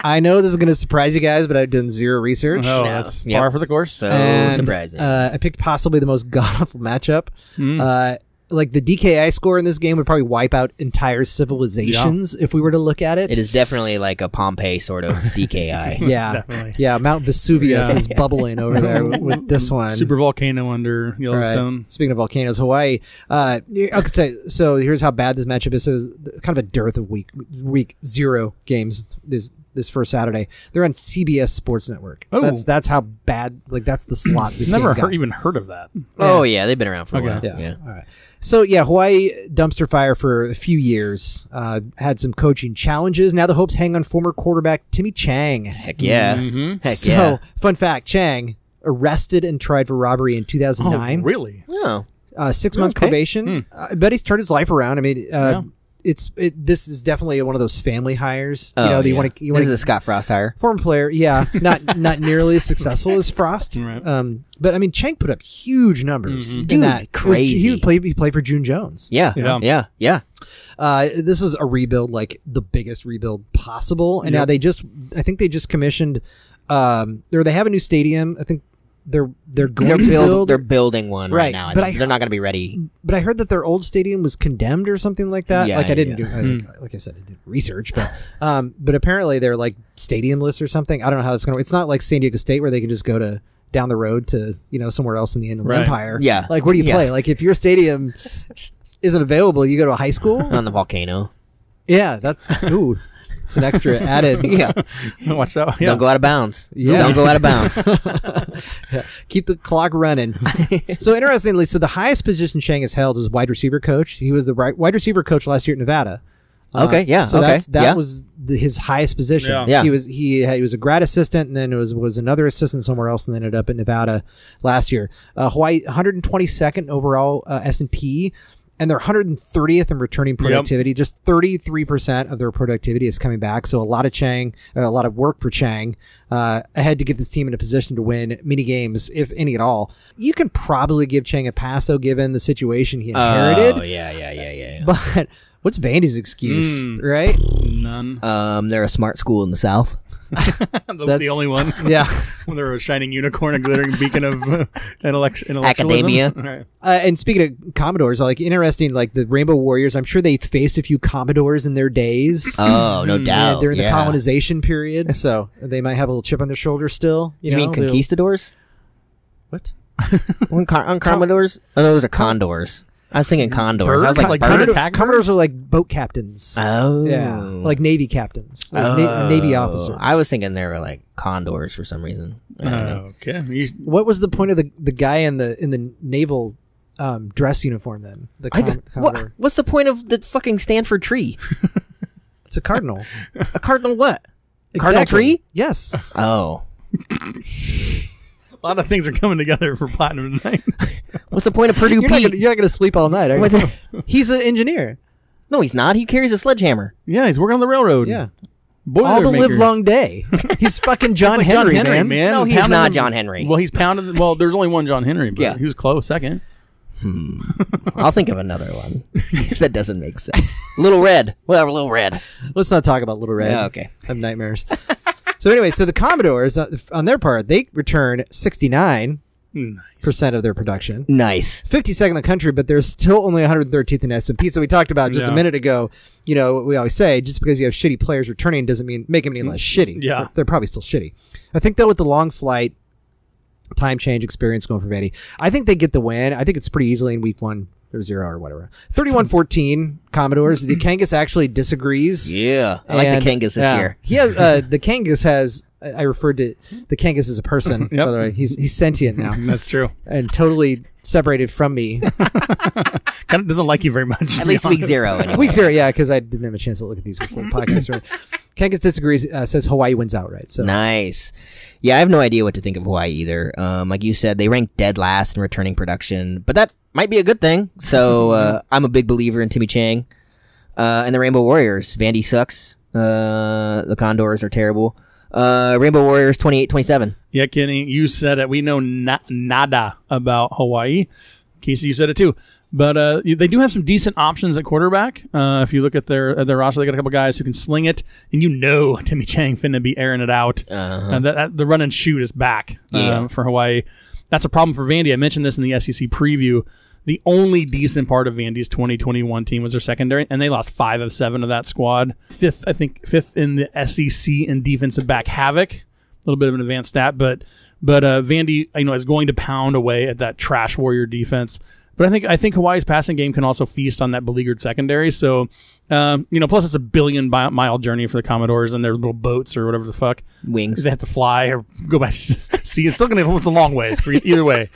S4: I know this is going to surprise you guys, but I've done zero research.
S3: No.
S5: Oh, that's
S3: Yep.
S5: par for the course.
S3: So
S4: And,
S3: Oh, surprising.
S4: Uh, I picked possibly the most <laughs> god awful matchup.
S5: Mm.
S4: Uh, like the DKI score in this game would probably wipe out entire civilizations if we were to look at it.
S3: it is definitely like a Pompeii sort of
S4: <laughs>
S3: DKI.
S4: yeah,
S5: Definitely.
S4: yeah. Mount Vesuvius
S5: Yeah.
S4: is bubbling over <laughs>
S5: <laughs>
S4: there with, with this one.
S5: Super volcano under
S4: All right.
S5: Yellowstone.
S4: Speaking of volcanoes, Hawaii. Uh, okay, so, so here's how bad this matchup is. So it's kind of a dearth of week week zero games this this first Saturday. They're on CBS Sports Network.
S5: Oh.
S4: That's that's how bad. Like that's the slot. This
S5: <clears throat> Never
S4: game got.
S5: heard, even heard of that.
S3: Oh yeah, they've been around for a
S5: Okay.
S3: while.
S4: Yeah.
S3: Yeah.
S4: All right. So yeah, Hawaii dumpster fire for a few years. Uh, had some coaching challenges. Now the hopes hang on former quarterback Timmy Chang.
S3: Heck yeah. Heck
S4: so,
S3: yeah.
S4: fun fact: Chang arrested and tried for robbery in
S5: Oh,
S4: 2009.
S5: really?
S3: Oh,
S4: uh, six months
S3: Hmm.
S4: probation. Uh, I bet he's turned his life around. I mean, uh,
S5: Yeah.
S4: it's it, this is definitely one of those family hires. you know, that you
S3: Oh, yeah.
S4: want to you
S3: this
S4: want
S3: is a Scott Frost hire.
S4: Former
S3: <laughs>
S4: player, yeah, not not nearly as successful as Frost,
S5: Right.
S4: um, but I mean Chang put up huge numbers in
S3: Mm-hmm. Dude,
S4: that. It was-
S3: crazy.
S4: he would play. He played for June Jones.
S3: Yeah, yeah,
S5: Yeah.
S3: yeah, yeah.
S4: Uh, this is a rebuild, like the biggest rebuild possible. And now they just, I think they just commissioned, um, or they have a new stadium. I think they're they're going
S3: They're
S4: to
S3: build,
S4: build,
S3: they're building one right,
S4: Right,
S3: now. I
S4: but
S3: think.
S4: I-
S3: they're not going to be ready.
S4: but I heard that their old stadium was condemned or something like that.
S3: Yeah,
S4: like I didn't
S3: yeah.
S4: do, I, like I said, I did research, but <laughs> um, but apparently they're like stadium lists or something. I don't know how it's gonna. It's not like San Diego State where they can just go to down the road to you know somewhere else in the Inland
S5: Right.
S4: Empire.
S3: Yeah.
S4: like where do you
S3: Yeah.
S4: play? Like if
S3: <laughs>
S4: your stadium isn't available, you go to a high school.
S3: On the volcano.
S4: Yeah, that's ooh, it's
S3: <laughs>
S4: an extra added.
S3: Yeah.
S5: Watch that. Yeah.
S3: Don't go out of bounds.
S4: Yeah.
S3: Don't go out of
S4: <laughs>
S3: bounds.
S4: Keep the clock
S3: <laughs>
S4: running. so interestingly, so the highest position Chang has held is wide receiver coach. He was the right wide receiver coach last year at Nevada. Uh,
S3: Okay, yeah,
S4: So
S3: okay,
S4: that's, that
S3: yeah.
S4: was the, his highest position.
S5: Yeah.
S3: Yeah.
S4: He was he he was a grad assistant, and then it was was another assistant somewhere else, and then ended up at Nevada last year. Uh, Hawaii 122nd overall uh, S and P. And they're 130th in returning productivity. Just 33% of their productivity is coming back. So a lot of Chang, uh, a lot of work for Chang uh, ahead to get this team in a position to win mini games, if any at all. You can probably give Chang a pass though, given the situation he inherited.
S3: Oh yeah, yeah, yeah, yeah.
S4: <laughs>
S3: Hmm.
S4: But what's Vandy's excuse,
S5: Mm.
S4: right?
S5: None.
S3: yeah. Um, they're a smart school in the South.
S5: the,
S4: That's-
S5: the only one. <laughs>
S4: Yeah.
S5: Well, there was a shining unicorn, a glittering beacon of uh, intellect- intellectualism.
S3: Academia.
S5: Right.
S4: Uh, and speaking of Commodores, like interesting, like the Rainbow Warriors, I'm sure they faced a few Commodores in their days. <laughs>
S3: Oh, no
S4: uh,
S3: doubt.
S4: during the
S3: yeah.
S4: colonization period, so they might have a little chip on their shoulder still. You,
S3: You, mean
S4: know, they'll-
S3: conquistadors?
S4: <laughs> What?
S3: On, con- on Commodores? Oh, no, those are condors. I was thinking condors. I was
S5: Birds?
S3: like, bird
S5: Like bird
S4: Commodores,
S5: attack
S4: Commodores are like boat captains.
S3: Oh,
S4: Yeah, like Navy captains, like na-
S3: Oh.
S4: Navy officers. Uh,
S3: I was thinking they were like condors for some reason. I don't know.
S5: Uh, Okay. You,
S4: What was the point of the the guy in the in the naval um, dress uniform then? The
S3: I
S4: com-
S3: d- what,
S4: Commodore.
S3: what's the point of the fucking Stanford tree?
S4: It's a cardinal.
S3: A cardinal
S4: <laughs>
S3: what? <laughs> Cardinal tree? <laughs>
S4: Yes.
S3: Oh.
S5: a lot of things are coming together for platinum tonight.
S3: What's the point of Purdue
S4: <laughs> You're not,
S3: Pete?
S4: gonna, you're not gonna sleep all night, are
S3: What's
S4: you? <laughs>
S3: the-
S4: He's an engineer.
S3: no, he's not. He carries a sledgehammer.
S5: yeah, he's working on the railroad.
S4: Yeah.
S5: Boiler
S4: all the
S5: maker.
S4: live
S3: <laughs>
S4: long day. He's fucking John,
S5: Like
S4: Henry,
S5: John Henry, man.
S3: No, he's
S5: Pounding
S3: not
S5: them-
S3: John Henry.
S5: Well, he's pounded. The, well, there's only one John Henry, but
S3: Yeah.
S5: he was close second.
S3: I'll think of another one. <laughs> that doesn't make sense. Little Red. Whatever, Little Red.
S4: Let's not talk about Little Red.
S3: Yeah, okay.
S4: I have nightmares. so anyway, so the Commodores uh, on their part, they return 69
S3: Hmm,
S4: percent of their production.
S3: Nice.
S4: 52nd in the country, but they're still only 113th in S&P. So we talked about just a
S5: Yeah.
S4: minute ago. You know, we always say just because you have shitty players returning doesn't mean make them any less shitty.
S5: Mm, Yeah.
S4: they're, they're probably still shitty. I think though with the long flight, time change experience going for Vandy, I think they get the win. I think it's pretty easily in week one or zero or whatever. 31-14 Commodores. The
S5: Mm-hmm.
S4: Kangas actually disagrees.
S3: Yeah. I like
S4: And-
S3: the Kangas this
S4: yeah.
S3: year.
S4: He has uh, the Kangas has. I I referred to the Kangas as a person.
S5: <laughs> Yep.
S4: By the way, he's he's sentient now
S5: <laughs> That's true.
S4: and totally separated from me.
S3: <laughs>
S5: Kind of doesn't like you very much.
S3: At least
S4: <laughs>
S3: week zero. Anyway.
S4: Week zero, yeah, because I didn't have a chance to look at
S3: <laughs>
S4: these before the podcast. Right? Kangas disagrees. Uh, says Hawaii wins outright. So
S3: Nice. Yeah, I have no idea what to think of Hawaii either. Um, like you said, they ranked dead last in returning production, but that might be a good thing.
S4: <laughs>
S3: So uh, I'm a big believer in Timmy Chang uh, and the Rainbow Warriors. Vandy sucks. Uh, the Condors are terrible. Uh, Rainbow Warriors 28 27.
S5: Yeah, Kenny, you said it. We know na- nada about Hawaii. Casey, you said it too. But uh, you- they do have some decent options at quarterback. Uh, if you look at their at their roster, they got a couple guys who can sling it, and you know <laughs> Timmy Chang finna be airing it out.
S3: Uh,
S5: And that, that, the run and shoot is back uh,
S3: Yeah.
S5: for Hawaii. That's a problem for Vandy. I mentioned this in the SEC preview. The only decent part of Vandy's 2021 team was their secondary, and they lost five of seven of that squad. Fifth, I think, fifth in the SEC in defensive back havoc. A little bit of an advanced stat, but but uh, Vandy, you know, is going to pound away at that trash warrior defense. But I think I think Hawaii's passing game can also feast on that beleaguered secondary. So, um, you know, plus it's a billion bi- mile journey for the Commodores and their little boats or whatever the fuck
S3: wings.
S5: they have to fly or go by s- <laughs> sea. It's still going to it's a long ways for e- either way.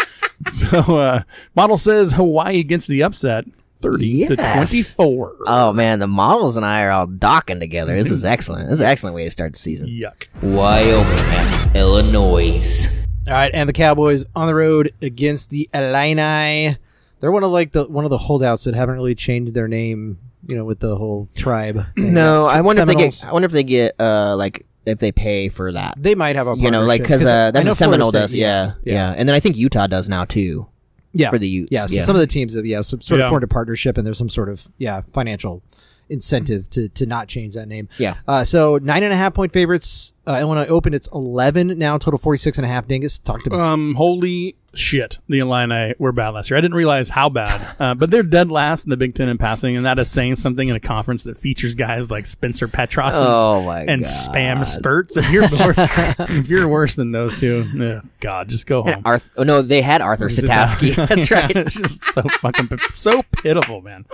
S5: So uh, model says Hawaii against the upset, thirty to
S3: Yes.
S5: twenty-four.
S3: <laughs> Oh, man. The models and I are all docking together. This
S4: <laughs>
S3: is excellent. This is an excellent way to start the season.
S5: Yuck!
S3: Wyoming at Illinois.
S4: <laughs> all right, and the Cowboys on the road against the Illini. They're one of like the one of the holdouts that haven't really changed their name, you know, with the whole tribe. thing.
S3: No, I wonder if they
S4: Seminoles.
S3: get. I wonder if they get uh like if they pay for that.
S4: They might have a
S3: you know, like
S4: partnership,
S3: because uh, that's
S4: I know
S3: what Seminole
S4: Florida
S3: does.
S4: State-
S3: Yeah, yeah, and then I think Utah does now too.
S4: yeah,
S3: for the youth,
S4: Yeah, so
S3: yeah.
S4: some of the teams have yeah, some sort
S5: Yeah.
S4: of formed a partnership, and there's some sort of yeah financial incentive to to not change that name.
S3: Yeah.
S4: Uh, so nine and a half point favorites. Uh, Illinois opened. It's eleven now. Total forty six and a half. Dingus talked about.
S5: Um, holy shit, the Illini were bad last year. I didn't realize how bad, uh, but they're dead last in the Big Ten in passing, and that is saying something in a conference that features guys like Spencer Petros and,
S3: Oh my
S5: and
S3: God.
S5: Spam Spurts. If
S3: <laughs>
S5: you're wor- if you're worse than those two, yeah, God, just go home.
S3: And Arth- oh, no, they had Arthur Sataski. <laughs>
S5: <laughs>
S3: that's
S5: it's
S3: right.
S5: just so fucking p- so pitiful, man.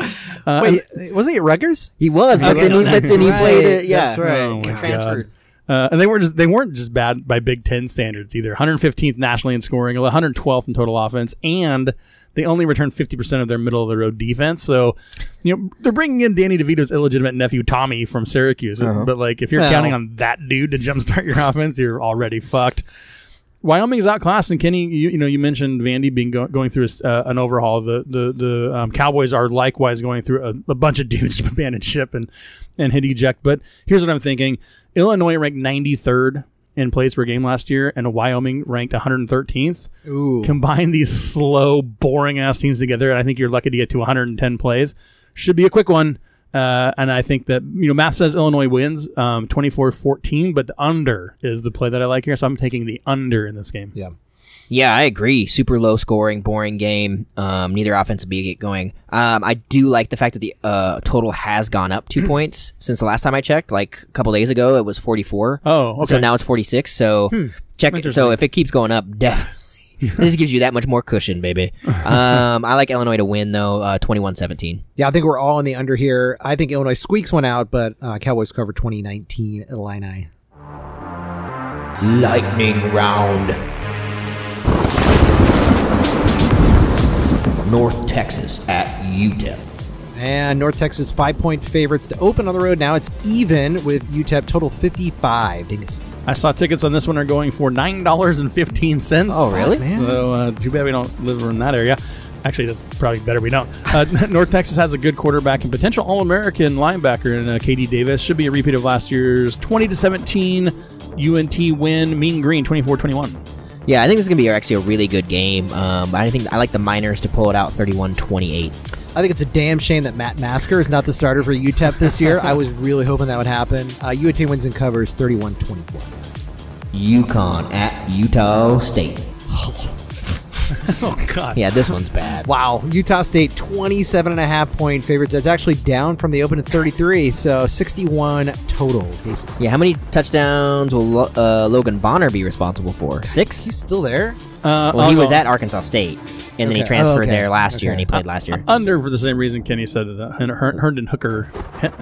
S5: Uh,
S4: Wait, wasn't it Rutgers?
S3: He was, but then he, but then he played it. Yeah,
S4: that's right.
S5: Oh my God.
S3: Transferred.
S5: Uh, and they weren't just they weren't just bad by Big Ten standards either. 115th nationally in scoring, 112th in total offense, and they only returned 50% of their middle of the road defense. So, you know, they're bringing in Danny DeVito's illegitimate nephew Tommy from Syracuse. But like, if you're
S4: Uh-huh. Well.
S5: counting on that dude to jumpstart your <laughs> offense, you're already fucked. Wyoming's outclassed, and Kenny, you, you know, you mentioned Vandy being go- going through a s uh, an overhaul. The the the um, Cowboys are likewise going through a, a bunch of <laughs> dudes to abandon ship and and hit eject. But here's what I'm thinking: Illinois ranked 93rd in plays per game last year, and Wyoming ranked 113th.
S4: Ooh.
S5: Combine these slow, boring ass teams together, and I think you're lucky to get to 110 plays. Should be a quick one. Uh, and I think that, you know, math says Illinois wins um, 24-14, but the under is the play that I like here. So I'm taking the under in this game.
S4: Yeah.
S3: Yeah, I agree. Super low scoring, boring game. Um, neither offense will be get going. Um, I do like the fact that the uh, total has gone up <clears throat> two points since the last time I checked. Like a couple days ago, it was 44.
S5: Oh, okay.
S3: So now it's 46. So check it. So
S5: Interesting.
S3: if it keeps going up, <laughs> definitely. <laughs> this gives you that much more cushion, <laughs> baby. Um, I like Illinois to win, though, uh, 21 17.
S4: Yeah, I think we're all in the under here. I think Illinois squeaks one out, but uh, Cowboys cover 2019 Illini.
S3: Lightning round. North Texas at UTEP.
S4: And North Texas five point favorites to open on the road. Now it's even with UTEP total 55. Dingus.
S5: I saw tickets on this one are going for $9.15.
S3: Oh, really?
S4: Man.
S5: So uh, too bad we don't live in that area. Actually, that's probably better we don't. Uh, <laughs> North Texas has a good quarterback and potential All-American linebacker in uh, KD Davis. Should be a repeat of last year's 20 to 17 UNT win. Mean Green 24-21.
S3: Yeah, I think this is gonna be actually a really good game. Um, I think I like the Miners to pull it out 31-28.
S4: I think it's a damn shame that Matt Masker is not the starter for UTEP this year. I
S5: <laughs>
S4: was really hoping that would happen. Uh, UAT wins and covers 31 21.
S3: UConn at Utah State.
S5: Oh God.
S3: Yeah, this one's bad.
S4: Wow. Utah State 27 and a half point favorites. That's actually down from the open at 33, so 61 total. Casey.
S3: Yeah, how many touchdowns will Lo- uh, Logan Bonner be responsible for? Six.
S4: He's still there.
S5: Uh,
S3: Well, he
S5: I'll
S3: was
S5: go
S3: at Arkansas State, and then he
S4: Okay.
S3: transferred
S4: Oh, okay.
S3: there last year,
S4: Okay.
S3: and he played last year.
S5: under for the same reason Kenny said that uh, Her- Her- Herndon Hooker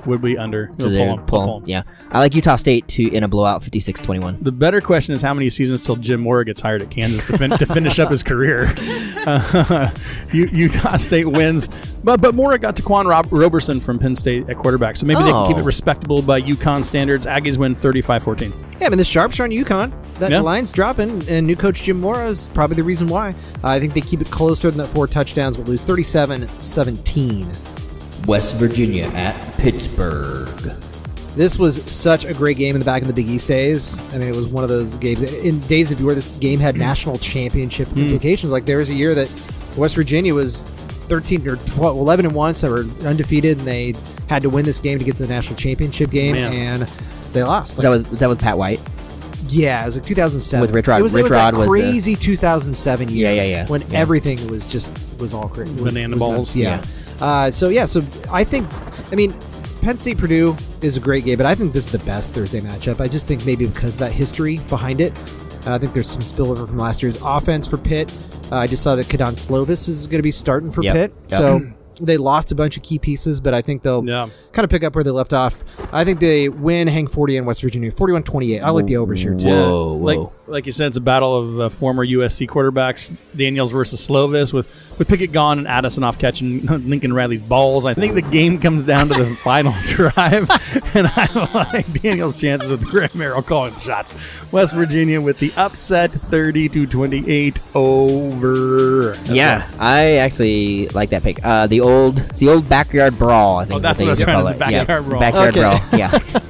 S5: would be under.
S3: So
S5: We'll
S3: they're
S5: pull him,
S3: pull
S5: pull him.
S3: Yeah, I like Utah State to in a blowout, 56-21.
S5: The better question is how many seasons till Jim Mora gets hired at Kansas to, fin- to finish up his career. <laughs> Uh, U- Utah State wins, but but Mora got to Quan Rob- Roberson from Penn State at quarterback, so maybe they can keep
S3: Oh.
S5: it respectable by UConn standards. Aggies win 35-14.
S4: Yeah, I mean the sharps are on UConn. That
S5: Yeah.
S4: line's dropping, and new coach Jim Mora is probably the reason why. I think they keep it closer than that four touchdowns, but lose 37-17.
S3: West Virginia at Pittsburgh.
S4: This was such a great game in the back in the Big East days. I mean, it was one of those games in days of where this game had national championship implications. Like there was a year that West Virginia was 13 or 12, 11 and one, so they were undefeated, and they had to win this game to get to the national championship game,
S5: Man.
S4: and they lost.
S3: Was that with, was that with Pat White?
S4: Yeah, it was like 2007
S3: With Rich Rod-
S4: It was, it
S3: Rich
S4: was that
S3: Rod was the-
S4: crazy 2007 year.
S3: Yeah, yeah, yeah.
S4: When
S3: Yeah.
S4: everything was just was all crazy. Was-
S5: Banana
S4: was nuts.
S5: balls.
S4: Yeah. Uh, so yeah, so I think, I mean, Penn State Purdue is a great game, but I think this is the best Thursday matchup. I just think maybe because of that history behind it, uh, I think there's some spillover from last year's offense for Pitt. Uh, I just saw that Kadon Slovis is going to be starting for
S3: Yep.
S4: Pitt,
S3: Yep.
S4: so. They lost a bunch of key pieces, but I think they'll
S5: Yeah.
S4: kind of pick up where they left off. I think they win, hang 40 in West Virginia, 41 28. I like the overs here, too.
S3: Whoa, whoa.
S5: Like like you said, it's a battle of uh, former USC quarterbacks, Daniels versus Slovis, with, with Pickett gone and Addison off catching <laughs> Lincoln Radley's balls. I think the game comes down to the <laughs> final drive, <laughs> and I like Daniels' chances with Graham Merrill calling shots. West Virginia with the upset 30 to 28 over. That's
S3: yeah, I actually like that pick. Uh, the old, it's the old backyard brawl. I think
S5: Oh,
S3: is
S5: that's
S3: they
S5: what I was
S3: used to
S5: trying
S3: call
S5: to- the
S3: it. Yeah,
S5: backyard brawl.
S3: Backyard
S4: Okay.
S3: brawl. Yeah.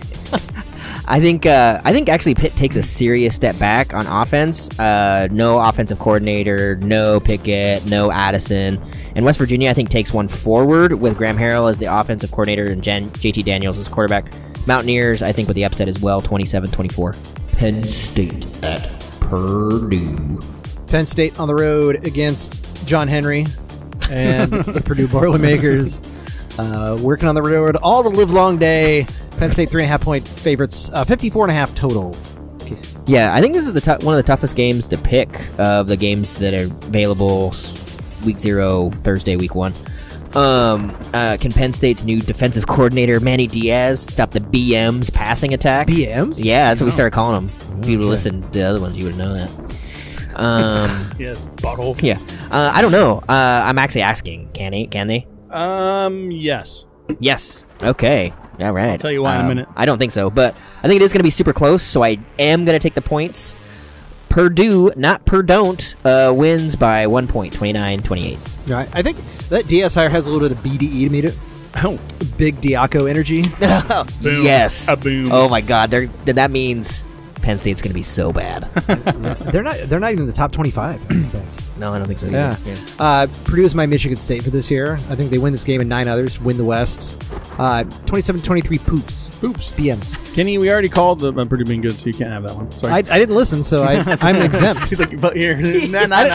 S3: I think uh, I think actually Pitt takes a serious step back on offense. Uh, no offensive coordinator, no Pickett, no Addison, and West Virginia I think takes one forward with Graham Harrell as the offensive coordinator and Jan- JT Daniels as quarterback. Mountaineers I think with the upset as well, 27-24. Penn State at Purdue.
S4: Penn State on the road against John Henry and the Purdue Boilermakers. Uh, working on the road all the live long day. Penn State three and a half point favorites, uh, 54 and a half total.
S3: Yeah, I think this is the tou- one of the toughest games to pick of the games that are available s- week zero, Thursday, week one. Um, uh, can Penn State's new defensive <laughs> coordinator Manny Diaz stop the BM's passing attack?
S4: BMs?
S3: Yeah, that's what we started calling them. If you'd listened to the other ones, you would know that. Um,
S5: Yes, bottle.
S3: yeah, uh, I don't know. Uh, I'm actually asking. Can they? Can they?
S5: Um, yes.
S3: Yes. Okay. All right. I'll
S5: tell you why in a minute.
S3: I don't think so, but I think it is going to be super close, so I am going to take the points. Purdue, not Perdon't, uh, wins by one point, 29-28.
S4: Right. I think that DS hire has a little bit of BDE to meet it.
S5: Oh,
S4: Big Diaco energy.
S5: boom.
S3: Yes.
S5: A boom.
S3: Oh my God, they're, th- that means Penn State's going to be so
S5: <laughs>
S3: bad.
S4: they're not. They're not even in the top twenty-five. I don't think.
S3: no, I don't think so.
S4: yeah.
S3: Either.
S4: Uh, Purdue's my Michigan State for this year. I think they win this game and nine others win the West. Uh, 27-23 poops.
S5: Oops.
S4: BMs.
S5: Kenny, we already called the uh, Purdue being good, so you can't have that one. Sorry.
S4: I, I didn't listen, so <laughs> I, I'm exempt.
S5: <laughs> He's like, but <laughs> here.
S4: I, I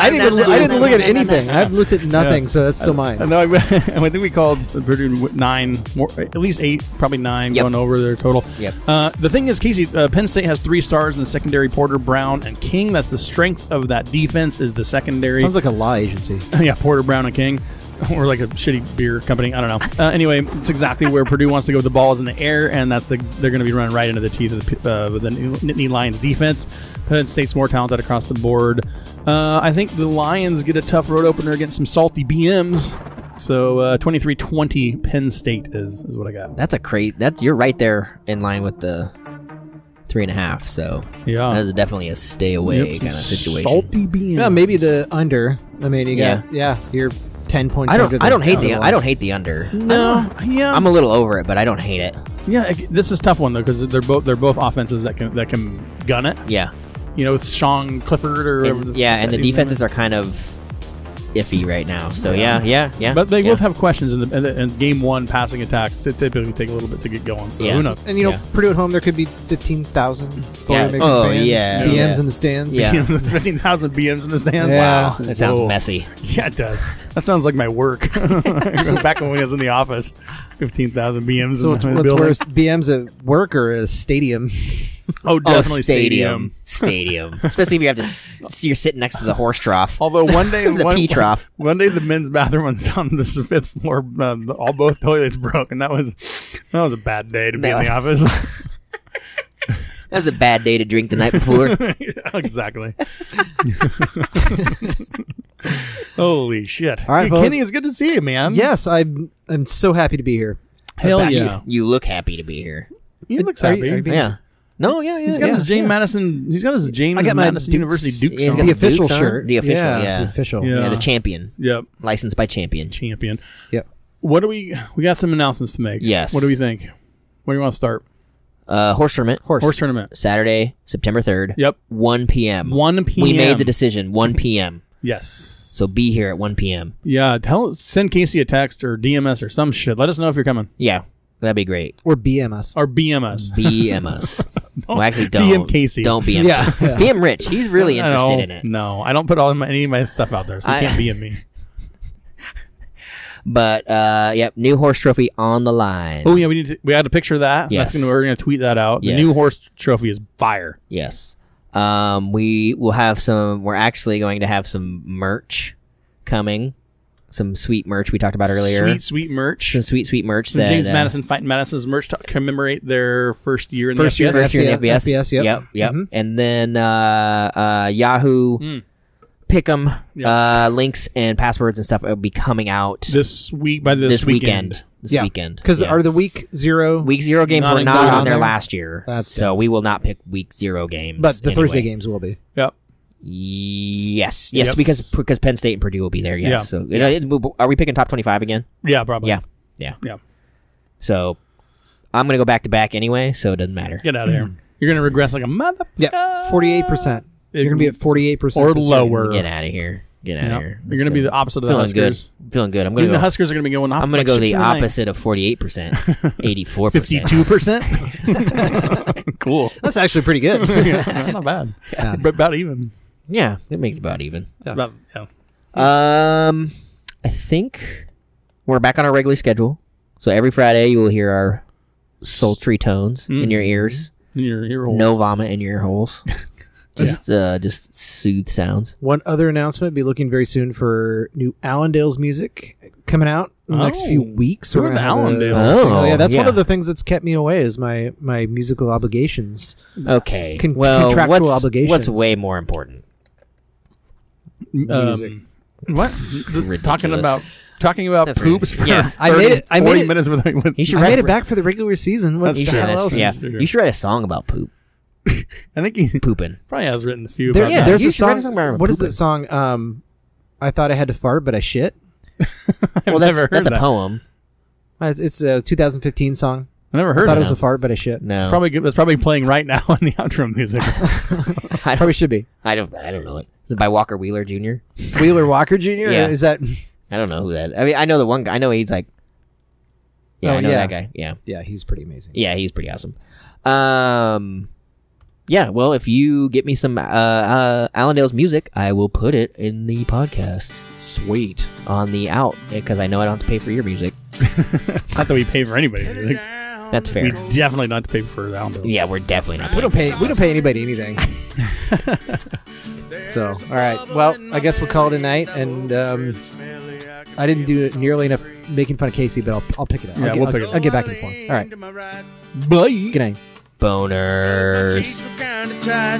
S4: didn't even, I didn't look
S3: <laughs>
S4: at anything. I've looked at nothing,
S5: Yeah.
S4: so that's still mine.
S5: And then I, <laughs> and I think we called Purdue w- nine, more, at least eight, probably nine,
S3: Yep.
S5: going over their total.
S3: Yep.
S5: Uh, the thing is, Casey, uh, Penn State has three stars in the secondary: Porter, Brown, and King. That's the strength of that defense is the secondary.
S4: Sounds like a law agency.
S5: <laughs> yeah, Porter, Brown, and King. <laughs> Or like a shitty beer company. I don't know. Uh, anyway, it's exactly where Purdue wants to go. The ball is in the air, and that's the they're going to be running right into the teeth of the, P- uh, the Nittany Lions defense. Penn State's more talented across the board. Uh, I think the Lions get a tough road opener against some salty BMs. So uh, 23-20 Penn State is, is what I got.
S3: That's a crate. That's you're right there in line with the three and a half. So
S5: Yeah.
S3: that is definitely a stay away
S5: Yep,
S3: kind of
S5: some
S3: situation.
S5: Salty
S4: <laughs>
S5: BMs.
S4: Yeah, maybe the under. I mean, you got yeah, you're ten points.
S3: I
S4: under
S3: don't.
S4: the
S3: I don't hate the.
S4: total.
S3: I don't hate the under.
S5: No. Uh, Yeah.
S3: I'm a little over it, but I don't hate it.
S5: yeah. I- This is a tough one though because they're both they're both offenses that can that can gun it.
S3: Yeah.
S5: You know, with Sean Clifford or
S3: And-
S5: whatever the-
S3: yeah, and the
S5: that dude's name
S3: defenses are kind of iffy right now. So yeah, yeah, yeah.
S5: But they
S3: yeah.
S5: both have questions, and, the, and, the, and game one passing attacks t- typically take a little bit to get going. So
S3: Yeah.
S5: who knows?
S4: And you know,
S3: Yeah.
S4: Purdue at home, there could be fifteen thousand.
S3: Yeah. Oh, yeah.
S4: DMs
S3: Yeah.
S4: in the stands.
S3: Yeah.
S5: <laughs> fifteen thousand BMs in the stands.
S4: Yeah.
S5: Wow,
S3: That sounds
S5: Whoa.
S3: messy.
S5: <laughs> Yeah, it does. That sounds like my work. <laughs> Back when we was in the office, fifteen thousand BMs
S4: <laughs> So
S5: in
S4: what's,
S5: the
S4: what's
S5: building.
S4: worse, BMs at work or a stadium?
S5: Oh, definitely
S3: oh,
S5: <laughs>
S3: stadium, stadium. Especially if you have to, s- s- you're sitting next to the horse trough.
S5: Although one day,
S3: <laughs> The
S5: one,
S3: pee trough.
S5: <laughs> one day the men's bathroom was on the s- fifth floor. Um, the- all both toilets broke, and that was that was a bad day to be in the office. <laughs>
S3: That was a bad day to drink the night before.
S5: Yeah, exactly. <laughs> Holy shit!
S4: All right,
S5: Hey,
S4: fellas.
S5: Kenny, it's good to see you, man.
S4: yes, I'm. I'm so happy to be here.
S5: <laughs> hell
S3: Back-
S5: yeah.
S3: You, you look happy to be here.
S5: He looks
S4: Are you-
S5: happy.
S4: are you being-
S3: Yeah. No, yeah, yeah.
S5: he's got
S3: yeah,
S5: his James Madison. He's got his James
S4: I got my
S5: Madison
S4: Dukes-
S5: University Duke.
S3: yeah. He's got
S4: the official
S3: boots on.
S4: shirt.
S3: The official, yeah.
S4: The official.
S5: Yeah.
S3: yeah. the champion,
S5: Yep,
S3: licensed by champion.
S5: champion.
S4: Yep.
S5: What do we? We got some announcements to make.
S3: Yes.
S5: What do we think? Where do you want to start?
S3: Uh, horse tournament.
S5: Horse tournament.
S3: Saturday, September third.
S5: Yep.
S3: 1 p.m.
S5: 1 p.m.
S3: We made the decision. 1 p.m.
S5: Yes.
S3: So be here at 1 p.m.
S5: yeah, tell send Casey a text or DMS or some shit. Let us know if you're coming
S3: Yeah, that'd be great.
S4: Or BMS.
S5: or BMS.
S3: BM
S5: <laughs>
S3: us. well, actually, don't.
S5: DM Casey.
S3: Don't BM.
S4: Yeah,
S3: Yeah,
S4: yeah.
S3: BM Rich. He's really
S5: <laughs> I
S3: interested
S5: don't-
S3: in it.
S5: No, I don't put all my, any of my stuff out there, so
S3: I-
S5: you can't DM me.
S3: But uh, yep, new horse trophy on the line.
S5: Oh yeah, we need to, we had a picture of that.
S3: Yes.
S5: That's gonna we're gonna tweet that out.
S3: Yes.
S5: The new horse trophy is fire.
S3: Yes. Um, we will have some. We're actually going to have some merch coming. some sweet merch we talked about earlier.
S5: Sweet, sweet merch.
S3: Some sweet, sweet merch.
S5: Some
S3: that,
S5: James
S3: uh,
S5: Madison Fighting Madison's merch to commemorate their first year in
S3: First
S5: the
S3: year,
S5: FBS.
S3: first year in
S4: FBS,
S3: FBS.
S4: yep.
S3: yep, yep.
S4: Mhm.
S3: And then uh, uh, Yahoo
S5: Mm.
S3: Pick'em
S5: Yeah.
S3: uh, links and passwords and stuff will be coming out
S5: This week by this,
S3: this weekend. This
S4: Yeah.
S3: weekend,
S4: Because
S3: Yeah.
S4: are the week zero?
S3: week zero games
S5: Not
S3: were not
S5: included
S3: on
S4: on
S3: there,
S4: there?
S3: last year,
S4: That's
S3: so we will not pick week zero games.
S4: but the Thursday
S3: anyway.
S4: games will be.
S5: Yep.
S3: Yes, yes,
S5: Yep.
S3: because because Penn State and Purdue will be there. Yes.
S5: Yeah.
S3: So you know, it- are we picking top twenty five again?
S5: Yeah, probably.
S3: Yeah, yeah,
S5: Yeah.
S3: So I'm gonna go back to back anyway, so it doesn't matter.
S5: Get out
S3: <clears throat>
S5: of here. You're going to regress like a mother.
S4: Yeah, forty-eight percent. You're gonna be at forty-eight percent
S5: or lower.
S3: Get out of here. Get out
S5: Yeah.
S3: of here.
S5: You're going to be the opposite of the
S3: feeling
S5: Huskers.
S3: good. Feeling good. I'm
S5: I
S3: gonna
S5: mean, the
S3: go.
S5: Huskers are going to be going.
S3: I'm gonna go the opposite of 48
S5: <laughs>
S3: percent, 84 percent. <laughs>
S5: Fifty-two percent. Cool.
S4: <laughs> That's actually pretty good. <laughs>
S5: <laughs> Yeah,
S3: <laughs>
S5: not bad. But about even.
S3: Yeah, it makes about even.
S5: It's about yeah.
S3: Um, I think we're back on our regularly schedule. So every Friday you will hear our sultry tones in
S5: Mm-hmm.
S3: your ears.
S5: In Your ear hole.
S3: No vomit in your ear
S5: <laughs>
S3: holes. Just, uh, just soothe sounds.
S4: One other announcement: be looking very soon for new Allendale's music coming out in the next
S5: Oh.
S4: few weeks. We're
S5: Ooh,
S4: gonna have a
S5: Allendale.
S4: single-
S3: Oh,
S4: yeah, that's one
S3: yeah.
S4: of the things that's kept me away is my my musical obligations.
S3: Okay.
S4: Con-
S3: well,
S4: contractual
S3: what's, what's
S4: obligations.
S3: way more important?
S4: music.
S5: um, What? talking
S3: Ridiculous.
S5: about talking about
S3: That's
S5: poops for
S3: ridiculous.
S4: I made it- I made
S5: 40
S4: it-
S5: minutes with, with
S3: You should
S4: I
S3: write
S4: made
S3: a-
S4: it back for the regular season. What
S5: That's
S4: the
S3: You should,
S5: true.
S4: hell
S3: write a-
S4: else?
S3: yeah,
S5: is there?
S3: you should write a song about poop,
S5: I think he
S3: pooping.
S5: probably has written a few
S4: There-
S5: about
S3: yeah,
S5: that.
S4: there's
S3: you
S4: a
S3: should write
S4: song.
S3: a song about
S4: what is
S3: pooping.
S4: that song? Um, I thought I had to fart, but I shit.
S5: I've
S3: well, that's,
S5: <laughs> never heard
S3: that's
S5: that.
S3: a poem.
S4: Uh, It's it's a 2015 song.
S5: I never
S4: I
S5: heard
S4: thought
S5: of
S4: it was
S5: it.
S4: a fart, but I shit.
S3: No,
S5: It's probably good. It's probably playing right now <laughs> on the outro music.
S3: <laughs> I, don't,
S4: Probably should be
S3: I don't. I don't know it. Is it by Walker Wheeler Jr.?
S4: Wheeler Walker Jr.
S3: Yeah.
S4: Is that? <laughs>
S3: I don't know who that. I mean, I know the one guy. I know he's like. Yeah,
S4: Oh,
S3: I know
S4: yeah.
S3: that guy. Yeah,
S4: Yeah, he's pretty amazing.
S3: yeah, he's pretty awesome. Um, yeah. Well, if you get me some uh, uh Allendale's music, I will put it in the podcast
S4: Sweet.
S3: on the out because I know I don't have to pay for your music.
S5: Not that we pay for anybody. Music.
S3: That's fair.
S5: We definitely not to pay for the album.
S3: yeah, we're definitely not.
S4: We
S3: paying
S4: don't pay. We don't pay anybody <laughs> anything. so, all right. Well, I guess we'll call it a night. And um, I didn't do it nearly enough making fun of Casey, but I'll, I'll pick it up.
S5: Yeah,
S4: I'll get,
S5: we'll
S4: I'll,
S5: pick it up.
S4: I'll get back and forth. All right.
S5: Bye.
S4: Good night.
S3: boners.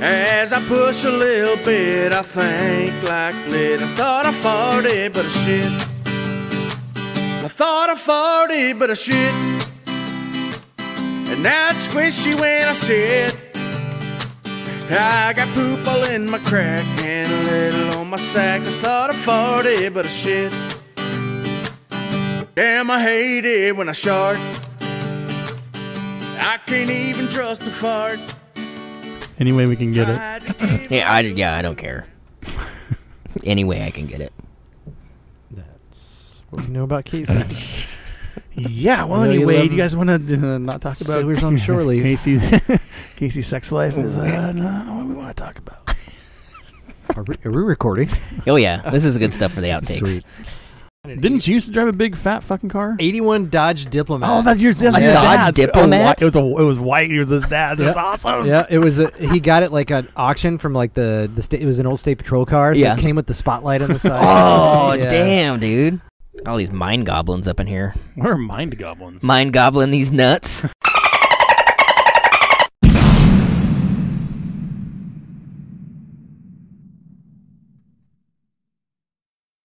S8: As I push a little bit, I think like lit. I thought I farted, but I shit. I thought I farted, but I shit. And now it's squishy when I sit. I got poop all in my crack and a little on my sack. I thought I farted, but I shit. Damn, I hate it when I shart. I can't even trust a fart.
S5: Any way we can get it.
S3: Yeah, I yeah, I don't
S4: <laughs>
S3: care. Any way I can get it.
S4: That's what we know about Casey. <laughs>
S5: Yeah. Well,
S4: I know you
S5: anyway,
S4: love-
S5: do you guys want to uh, not talk about
S4: Sailors on shore leave.
S5: <laughs> Casey's Casey's sex life is uh, not what we want to talk about.
S4: are, we, are we recording?
S3: Oh yeah, this is good stuff for the outtakes.
S4: Sweet.
S5: <laughs> Didn't you used to drive a big fat fucking car?
S4: Eighty-one Dodge Diplomat.
S5: Oh, that's your that's
S3: A
S5: your
S3: Dodge
S5: dad's.
S3: Diplomat?
S5: A whi- It was a it was white. It was his dad's. It was
S4: Yeah.
S5: awesome.
S4: <laughs> Yeah, it was. A, he got it like an auction from like the the state. It was an old state patrol car. So
S3: Yeah.
S4: it came with the spotlight on the side.
S3: Oh
S4: Yeah.
S3: damn, dude! All these mind goblins up in here.
S5: What are mind goblins?
S3: Mind goblin these nuts.